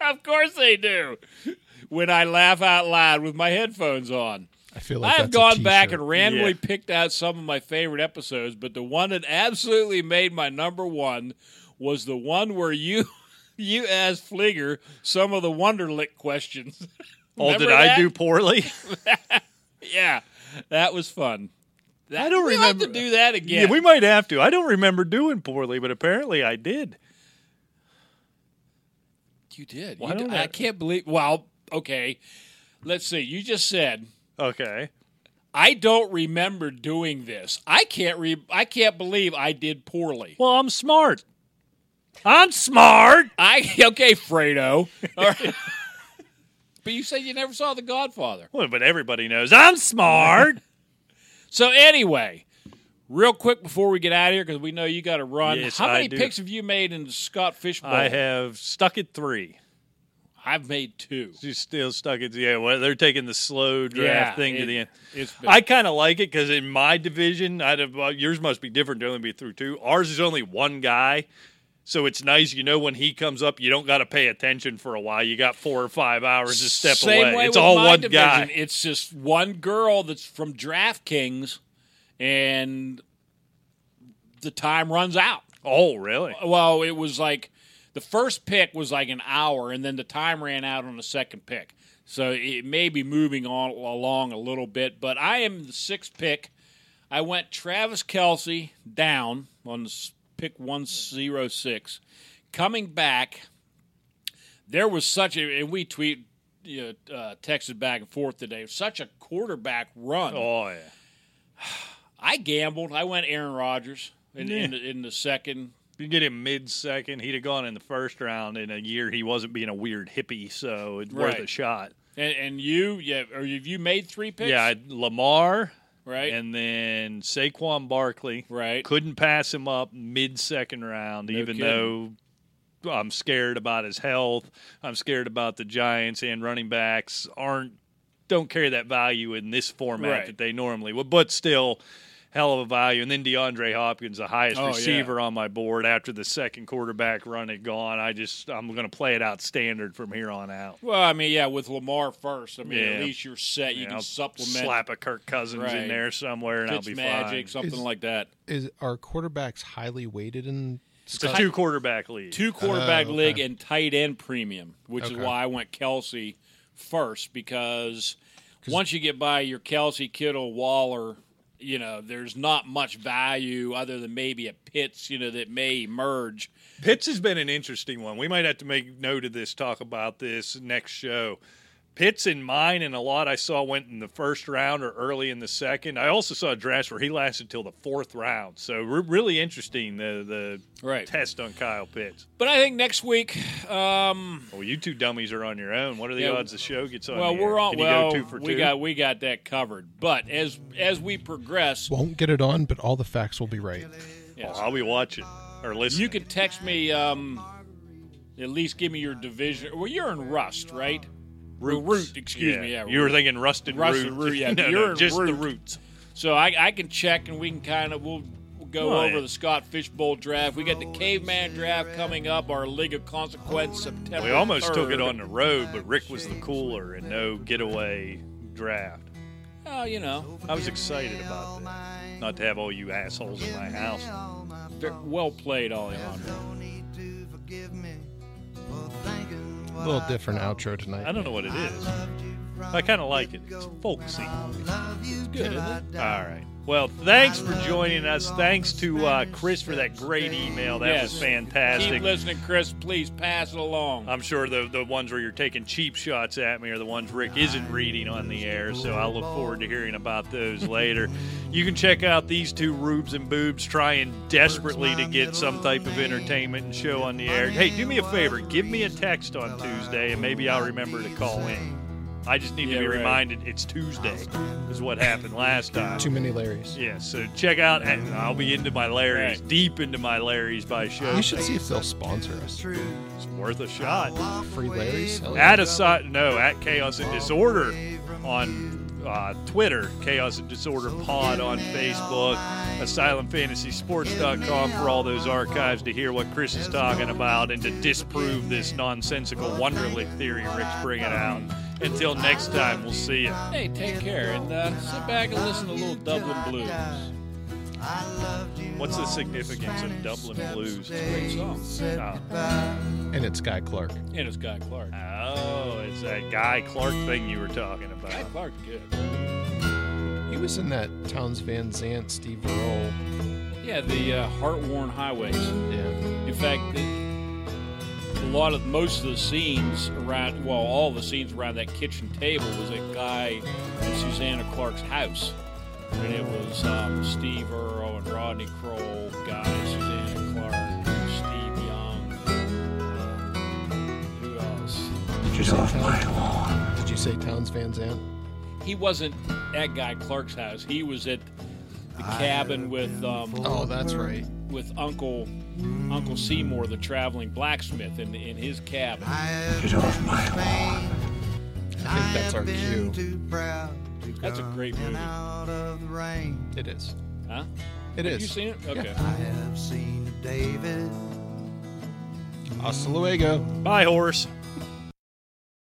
S3: of course they do. When I laugh out loud with my headphones on."
S4: I feel
S3: I
S4: like
S3: have
S4: that's a
S3: gone back
S4: t-shirt.
S3: and randomly
S2: Yeah.
S3: picked out some of my favorite episodes, but the one that absolutely made my number one was the one where you you asked Fligger some of the Wonderlick questions.
S2: Oh, did
S3: Remember
S2: I
S3: that?
S2: do poorly?
S3: Yeah, that was fun. That,
S2: I don't
S3: we'll
S2: remember-
S3: Have to do that again.
S2: Yeah. we might have to. I don't remember doing poorly, but apparently I did.
S3: you did.
S2: Why
S3: You
S2: don't
S3: did. I
S2: I-
S3: can't believe. Well, okay. Let's see. You just said
S2: Okay.
S3: I don't remember doing this. I can't re. I can't believe I did poorly.
S2: Well, I'm smart. I'm smart.
S3: I okay, Fredo. All right. but you said you never saw The Godfather.
S2: Well, but everybody knows I'm smart.
S3: So anyway, real quick before we get out of here because we know you got to run.
S2: Yes,
S3: How
S2: I
S3: many
S2: do.
S3: picks have you made in the Scott Fish Bowl?
S2: I have stuck at three.
S3: I've made two.
S2: She's still stuck at yeah. Well, they're taking the slow draft
S3: Yeah,
S2: thing to
S3: it-
S2: the end.
S3: It's been,
S2: I kind of like it because in my division, I'd have, well, yours must be different. to only be through two. Ours is only one guy, so it's nice. You know, when he comes up, you don't got to pay attention for a while. You got four or five hours to step
S3: Same
S2: away.
S3: Way
S2: it's
S3: with
S2: all
S3: my
S2: one
S3: division.
S2: guy.
S3: It's just one girl that's from DraftKings, and the time runs out.
S2: Oh, really?
S3: Well, it was like the first pick was like an hour, and then the time ran out on the second pick. So it may be moving on along a little bit, but I am the sixth pick. I went Travis Kelsey down on s- pick 106. Coming back, there was such a, and we tweet, you know, uh, texted back and forth today, such a quarterback run.
S2: Oh, yeah.
S3: I gambled. I went Aaron Rodgers in, in, the, in the second.
S2: You get him mid second, he'd have gone in the first round in a year. He wasn't being a weird hippie, so it's worth a
S3: Right.
S2: shot.
S3: And, and you, yeah, or have you made three picks?
S2: Yeah, Lamar
S3: right,
S2: and then Saquon Barkley.
S3: right.
S2: Couldn't pass him up mid second round, even
S3: kidding.
S2: though I'm scared about his health. I'm scared about the Giants and running backs aren't don't carry that value in this format
S3: Right.
S2: that they normally would, but still hell of a value. And then DeAndre Hopkins, the highest
S3: Oh, yeah.
S2: receiver on my board after the second quarterback run had gone. I just I'm gonna play it out standard from here on out.
S3: Well, I mean, yeah, with Lamar first. I mean, at
S2: Yeah.
S3: least you're set. You
S2: Yeah,
S3: can
S2: I'll
S3: supplement
S2: slap a Kirk Cousins
S3: Right.
S2: in there somewhere and I'll be
S3: magic,
S2: fine.
S3: something
S4: Is-
S3: like that.
S4: Is are quarterbacks highly weighted in
S2: It's a two quarterback league.
S3: Two quarterback
S4: Oh, okay.
S3: league and tight end premium, which is
S4: Okay.
S3: why I went Kelsey first because once you get by your Kelsey, Kittle, Waller, you know, there's not much value other than maybe a Pitts, you know, that may emerge.
S2: Pitts has been an interesting one. We might have to make note of this, talk about this next show. Pitts in mine and a lot I saw went in the first round or early in the second. I also saw a draft where he lasted till the fourth round. So re- really interesting the the
S3: Right.
S2: test on Kyle Pitts.
S3: But I think next week, um,
S2: Well, you two dummies are on your own. What are the
S3: Yeah,
S2: odds the show gets on?
S3: well,
S2: the air?
S3: we're on.
S2: Can
S3: well,
S2: you go two for
S3: we
S2: two?
S3: got we got that covered. But as as we progress,
S4: won't get it on, but all the facts will be right.
S2: Oh, I'll be watching or listening.
S3: You can text me. Um, at least give me your division. Well, you're in Rust, right?
S2: Roots.
S3: Root, excuse me, yeah,
S2: you were thinking rusted
S3: Rusted
S2: root.
S3: Root, yeah,
S2: no,
S3: you're
S2: no,
S3: in
S2: just the
S3: Root.
S2: roots.
S3: So I, I can check and we can kind of we'll, we'll go
S2: Oh,
S3: over
S2: yeah.
S3: the Scott Fishbowl draft. We got the Caveman draft coming up. Our League of Consequence September.
S2: We almost took
S3: 3rd.
S2: it on the road, but Rick was the cooler and no getaway draft.
S3: Oh, you know,
S2: I was excited about that. Not to have all you assholes in my house.
S3: ve- well played, Alejandro.
S4: A little different outro
S2: I
S4: tonight.
S2: don't know what it is. I kind of like it. It's folksy.
S5: It's
S3: good, isn't
S2: All right. Well, thanks for joining us. Thanks to uh, Chris for that great email. That was
S3: Yes.
S2: fantastic. Uh,
S3: Keep listening, Chris. Please pass it along.
S2: I'm sure the the ones where you're taking cheap shots at me are the ones Rick isn't reading on the air, so I'll look forward to hearing about those later. You can check out these two rubes and boobs trying desperately to get some type of entertainment and show on the air. Hey, do me a favor, give me a text on Tuesday and maybe I'll remember to call in. I just need to
S3: Yeah,
S2: be
S3: right.
S2: reminded it's Tuesday is what happened last time.
S4: Too many Larrys.
S2: Yeah, so check out and I'll be into my Larry's,
S3: Right.
S2: deep into my Larry's by show.
S4: You should see if they'll sponsor us.
S2: It's worth a shot.
S4: Free Larrys. Hell yeah.
S2: at aside no at chaos and disorder on uh, twitter chaos and disorder pod on facebook asylumfantasysports.com for all those archives to hear what chris is talking about and to disprove this nonsensical wonderlic theory rick's bringing out until next time we'll see you
S3: Hey, take care and uh, sit back and listen to a little Dublin Blues.
S2: what's the significance of dublin blues
S3: Great song.
S2: oh,
S4: And it's Guy Clark.
S3: And it's Guy Clark.
S2: oh it's that guy clark thing you were talking
S3: Guy
S2: about
S3: Clark's good.
S4: He was in that Towns Van Zandt, Steve Earle.
S3: Yeah, the uh, Heartworn Highways.
S4: Yeah.
S3: In fact, the, a lot of most of the scenes around, well, all the scenes around that kitchen table was at Guy and Susanna Clark's house, and it was um, Steve Earle and Rodney Kroll, Guy, Susanna Clark, Steve Young, um, who else?
S4: Did you, say Towns, did you say Towns Van Zandt?
S3: He wasn't at Guy Clark's house. He was at the cabin with um,
S4: Oh, that's right.
S3: with Uncle Uncle Seymour, the traveling blacksmith, in in his cabin.
S4: I think that's our cue.
S3: That's a great movie. Huh?
S4: It is. It
S3: Have
S4: is.
S3: you seen it? Okay.
S4: Hasta luego.
S2: bye horse